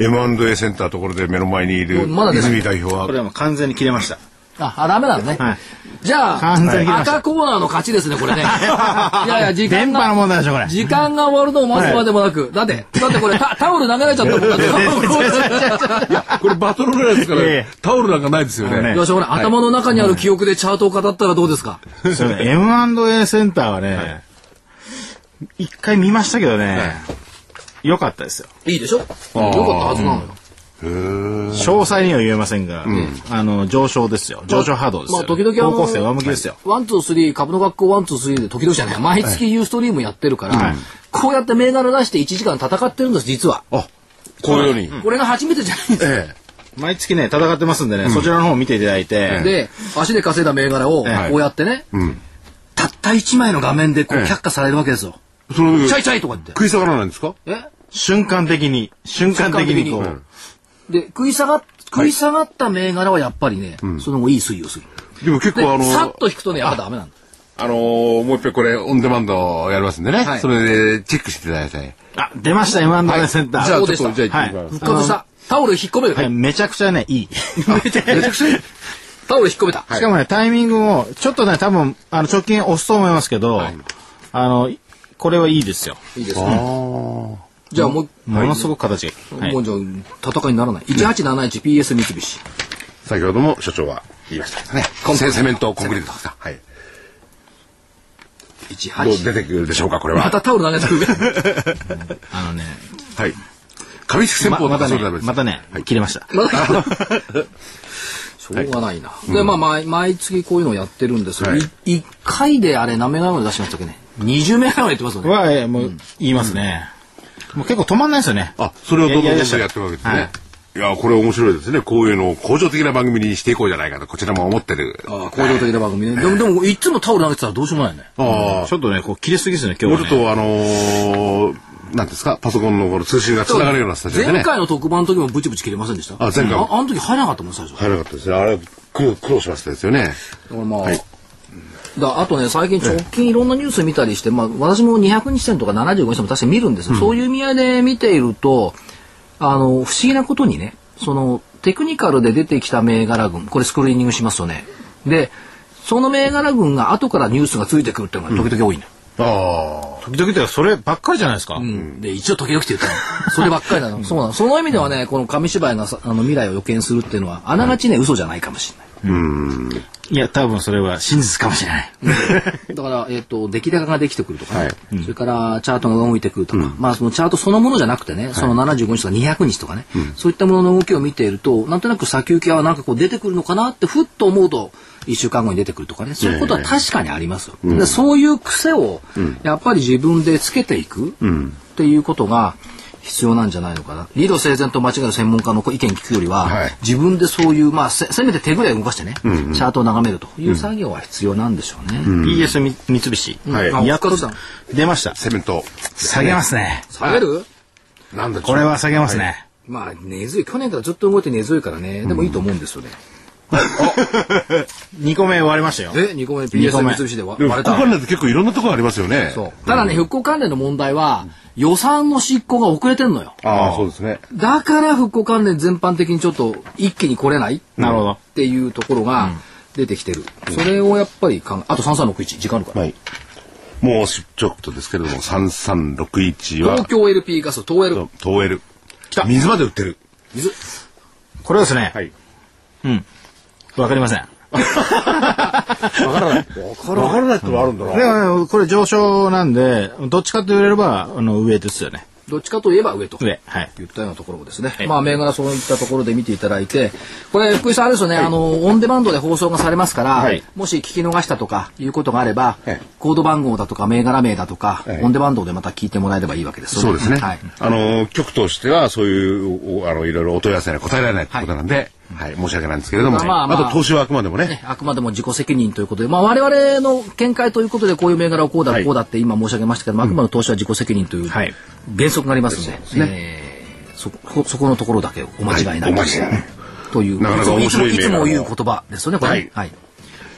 Speaker 6: M&A センターところで目の前にいる、
Speaker 2: まだです
Speaker 6: 泉代 表
Speaker 5: こ
Speaker 6: は
Speaker 5: れ、はもう完全に切れました。
Speaker 2: あ、あ、ダメなのね。
Speaker 5: はい
Speaker 2: じゃあ、
Speaker 5: 完全に来ました
Speaker 2: 赤コーナーの勝ちですね、これね。 いやい や、時間
Speaker 5: 電波の
Speaker 2: が。
Speaker 5: 問題でしょ、これ。
Speaker 2: 時間が終わるのを待つまでもなく、だって、だってこれタ、タオル投げられちゃったもんだって。
Speaker 6: これバトルロイヤルですから、
Speaker 5: ええ
Speaker 6: タオルなんかないですよね。
Speaker 5: ね
Speaker 2: よし、ほら、頭の中にある記憶でチャートを語ったらどうですか。
Speaker 5: それ M&A センターはね、一回見ましたけどね、良かったですよ。
Speaker 2: いいでしょよかったはずなのよ。
Speaker 5: 詳細には言えませんが、あの、上昇ですよ。上昇波動ですよ。
Speaker 2: まあ時々あの
Speaker 5: 高校生上向きですよ。
Speaker 2: ワン、ツー、スリー、株の学校ワン、ツー、スリーで時々じゃない。毎月ユーストリームやってるから、こうやって銘柄出して1時間戦ってるんです、実は。
Speaker 6: あ、このように。
Speaker 2: これが初めてじゃないんです。
Speaker 6: ええ。
Speaker 5: 毎月ね、戦ってますんでね、そちらの方を見ていただいて、
Speaker 2: で、足で稼いだ銘柄を、こ
Speaker 5: ええ
Speaker 2: うやってね、たった1枚の画面でこう却下されるわけですよ。
Speaker 6: その
Speaker 2: チャイチャイとか言って。
Speaker 6: 食い下がらないんですか
Speaker 2: え
Speaker 5: 瞬間的に、瞬間的にこ
Speaker 2: 瞬間
Speaker 5: う、
Speaker 2: で、食い下がっ、食い下がった銘柄はやっぱりね、その後いい推移をする。
Speaker 6: でも結
Speaker 2: で、
Speaker 6: 構あの、
Speaker 2: さっと引くとね、やっぱダメなんだ。
Speaker 6: あのーもう一回これ、オンデマンドやりますんでね。
Speaker 2: はい
Speaker 6: それで、チェックしていただいて。
Speaker 5: あ、出ました M&A センター。
Speaker 6: じゃあ、
Speaker 2: そう
Speaker 6: ちょ
Speaker 2: で
Speaker 6: っ
Speaker 2: した
Speaker 6: と、じゃあ、
Speaker 5: はい
Speaker 2: 復活した。タオル引っ込め
Speaker 5: はい
Speaker 2: る。
Speaker 5: めちゃくちゃね、いい。
Speaker 2: タオル引っ込めた。
Speaker 5: しかもね、タイミングも、ちょっとね、多分、あの、直近押すと思いますけど、あの、いこれはいいですよ。
Speaker 2: いいですね。じゃあもう、
Speaker 5: ものすごく形がいい。はい
Speaker 2: もうじゃあ戦いにならない。1871PS 三菱。
Speaker 6: 先ほども所長は言いましたけどね。セセメントコンクリートですか。はい。
Speaker 2: 18
Speaker 6: どう出てくるでしょうか、これは。
Speaker 2: またタオル投げてくる
Speaker 5: あのね、
Speaker 6: はい。紙式戦
Speaker 5: ま
Speaker 6: 法
Speaker 5: ま
Speaker 6: な
Speaker 5: た
Speaker 6: んかそ
Speaker 5: ね
Speaker 6: うじゃダメで、す。
Speaker 5: またね、切れました。
Speaker 2: まだしょうがないな、でまあ毎毎月こういうのをやってるんですけど、
Speaker 6: はい
Speaker 2: い一1回であれ何名ぐらいまで出しましたっけね20名ぐらいまでやってますよね
Speaker 5: は、えーもう、言いますね。もう結構止まんないですよね。
Speaker 6: あ、それをどんどんどんどんやって
Speaker 5: いやいや
Speaker 6: るわけですね。いや、これ面白いですね。こういうのを向上的な番組にしていこうじゃないかと、こちらも思ってる。
Speaker 2: ああ工場的な番組ねでもでもいつもタオル投げてたらどうしようもないよね
Speaker 6: ああ
Speaker 5: ちょっとね、こう、切れすぎですね、今
Speaker 6: もう
Speaker 5: 日
Speaker 6: ち
Speaker 5: は
Speaker 6: ょ
Speaker 5: ね。
Speaker 6: っとあのー、なんですか、パソコンのこの通信が繋がるようなスタジオでね。
Speaker 2: 前回の特番の時もブチブチ切れませんでした
Speaker 6: あ前回
Speaker 2: ああの時入らなかったもん最初、
Speaker 6: 入らなかったですね。あれ、苦労苦労しましたですよね。
Speaker 2: だからまあ、
Speaker 6: はい
Speaker 2: だあとね最近直近いろんなニュース見たりして、まあ、私も200日線とか75日線も確かに見るんですよ、そういう意味合いで見ているとあの不思議なことにねそのテクニカルで出てきた銘柄群これスクリーニングしますよねでその銘柄群が後からニュースがついてくるっていうのが時々多いの、
Speaker 6: あ
Speaker 5: 時々ではそればっかりじゃないですか。
Speaker 2: で一応時々って言ったのそればっかりなの、そうなのその意味ではねこの紙芝居のさあの未来を予見するっていうのはあながちね、嘘じゃないかもしれない
Speaker 5: いや、多分それは真実かもしれない。
Speaker 2: だから、えっ、と、出来高ができてくるとか、ね
Speaker 6: はい
Speaker 2: それから、チャートが動いてくるとか、まあ、そのチャートそのものじゃなくてね、その75日とか200日とかね、そういったものの動きを見ていると、なんとなく先行きはなんかこう出てくるのかなって、ふっと思うと、1週間後に出てくるとかね、そういうことは確かにありますよ。でそういう癖を、やっぱり自分でつけていく、っていうことが、必要なんじゃないのかな。理路整然と間違える専門家の意見聞くよりは、
Speaker 6: はい
Speaker 2: 自分でそういう、まあ、せせめて手ぐらい動かしてね、チャートを眺めるという作業は必要なんでしょうね。
Speaker 5: ES み三菱。
Speaker 6: はい
Speaker 2: あ
Speaker 5: やっと
Speaker 2: お疲れさん
Speaker 5: 出ました
Speaker 6: あ、。セメント。
Speaker 5: 下げますね。
Speaker 2: 下げる
Speaker 6: なんだ
Speaker 5: これは下げますね。
Speaker 2: まあ根強い去年からずっと動いて根強いからねでもいいと思うんですよね、
Speaker 5: 2個目割れましたよ。
Speaker 2: で2個目
Speaker 5: 二
Speaker 2: PS
Speaker 5: 個目
Speaker 2: 三菱でわ
Speaker 6: でも、
Speaker 2: 割れ
Speaker 6: 復
Speaker 2: た
Speaker 6: 興関連って結構いろんなところありますよね。
Speaker 2: そうただね復興関連の問題は予算の執行が遅れてんのよ
Speaker 6: ああ、そうですね。
Speaker 2: だから復興関連全般的にちょっと一気に来れないっ
Speaker 5: なるほど。
Speaker 2: ていうところが出てきてる、それをやっぱり考えあと3361時間あるから、
Speaker 6: はい。もう、ちょっとですけれども、3361は
Speaker 2: 東、京 LP ガス東 L
Speaker 6: 東エル。
Speaker 5: た
Speaker 6: 水まで売ってる。
Speaker 2: 水
Speaker 5: これはですね、
Speaker 6: はい。
Speaker 5: わかりません。
Speaker 6: わからないってのはあるんだ
Speaker 5: でも、これ上昇なんで、どっちかと言われれば、あの、上ですよね。
Speaker 2: どっちかといえば上と
Speaker 5: 上。はい。
Speaker 2: 言ったようなところですね、
Speaker 5: い
Speaker 2: まあ銘柄そういったところで見ていただいてこれ福井さんあれですよね、あのオンデマンドで放送がされますから、
Speaker 5: はい
Speaker 2: もし聞き逃したとかいうことがあれば、
Speaker 6: ええ
Speaker 2: コード番号だとか銘柄名だとか、
Speaker 6: ええ
Speaker 2: オンデマンドでまた聞いてもらえればいいわけですよ
Speaker 6: そうですね。
Speaker 2: はい、
Speaker 6: あの、局としては、そういう、おあの、いろいろお問い合わせには答えられないってことなんで、はい、申し訳ないんですけれども、
Speaker 2: まあまあまあ
Speaker 6: あと投資はあくまでもね、
Speaker 2: ねあくまでも自己責任ということで、まあ、我々の見解ということでこういう銘柄をこうだ
Speaker 6: はい
Speaker 2: こうだって今申し上げましたけども、あくまで投資は自己責任という
Speaker 5: はい
Speaker 2: 原則がありますので,、えーそこそこ のところだけをお間違いなく、
Speaker 6: はいお間違いな
Speaker 2: という
Speaker 6: なかなか面白い
Speaker 2: いつもいつも
Speaker 6: 銘
Speaker 2: 言
Speaker 6: 柄
Speaker 2: う
Speaker 6: も
Speaker 2: 言葉ですよねこれ、
Speaker 6: はい
Speaker 2: はい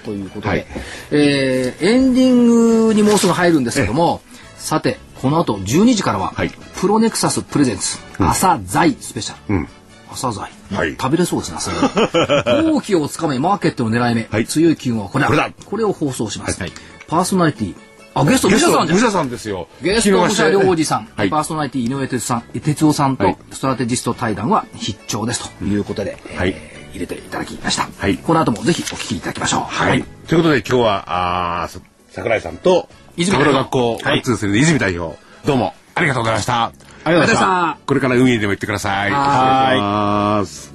Speaker 2: ということで、
Speaker 6: はい
Speaker 2: えーエンディングにもうすぐ入るんですけども、さてこの後12時からは、
Speaker 6: はい
Speaker 2: プロネクサスプレゼンツ朝財スペシャル、
Speaker 6: うん
Speaker 2: 朝財、
Speaker 6: はい
Speaker 2: 食べれそうですね朝 財大きをつかめマーケットの狙い目、
Speaker 6: はい
Speaker 2: 強い機運はこれだ
Speaker 6: これだ
Speaker 2: これを放送します、
Speaker 5: はい
Speaker 2: パーソナリティあゲスト
Speaker 6: ゲ
Speaker 2: 武
Speaker 6: ス
Speaker 2: 者さ
Speaker 6: ト
Speaker 2: んじゃん
Speaker 6: 武者さんですよ。
Speaker 2: ゲスト武者良
Speaker 6: 両
Speaker 2: 二さん、
Speaker 6: はい
Speaker 2: パ。ーソナリティ井上哲さん哲夫さんと、
Speaker 6: はい
Speaker 2: ストラテジスト対談は必聴ですということで、
Speaker 6: はい
Speaker 2: えー入れていただきました、
Speaker 6: はい
Speaker 2: この後もぜひお聞きいただきましょう
Speaker 6: はい。ということで今日は、あーそ桜井さんと、
Speaker 2: 泉代
Speaker 6: の
Speaker 2: 表
Speaker 6: 学校、
Speaker 5: はい
Speaker 6: ワンツースリーの泉代表、どうもありがとうございました。
Speaker 5: ありがとうございました
Speaker 2: あ
Speaker 6: これから海にでも行ってください。
Speaker 2: は
Speaker 6: はい。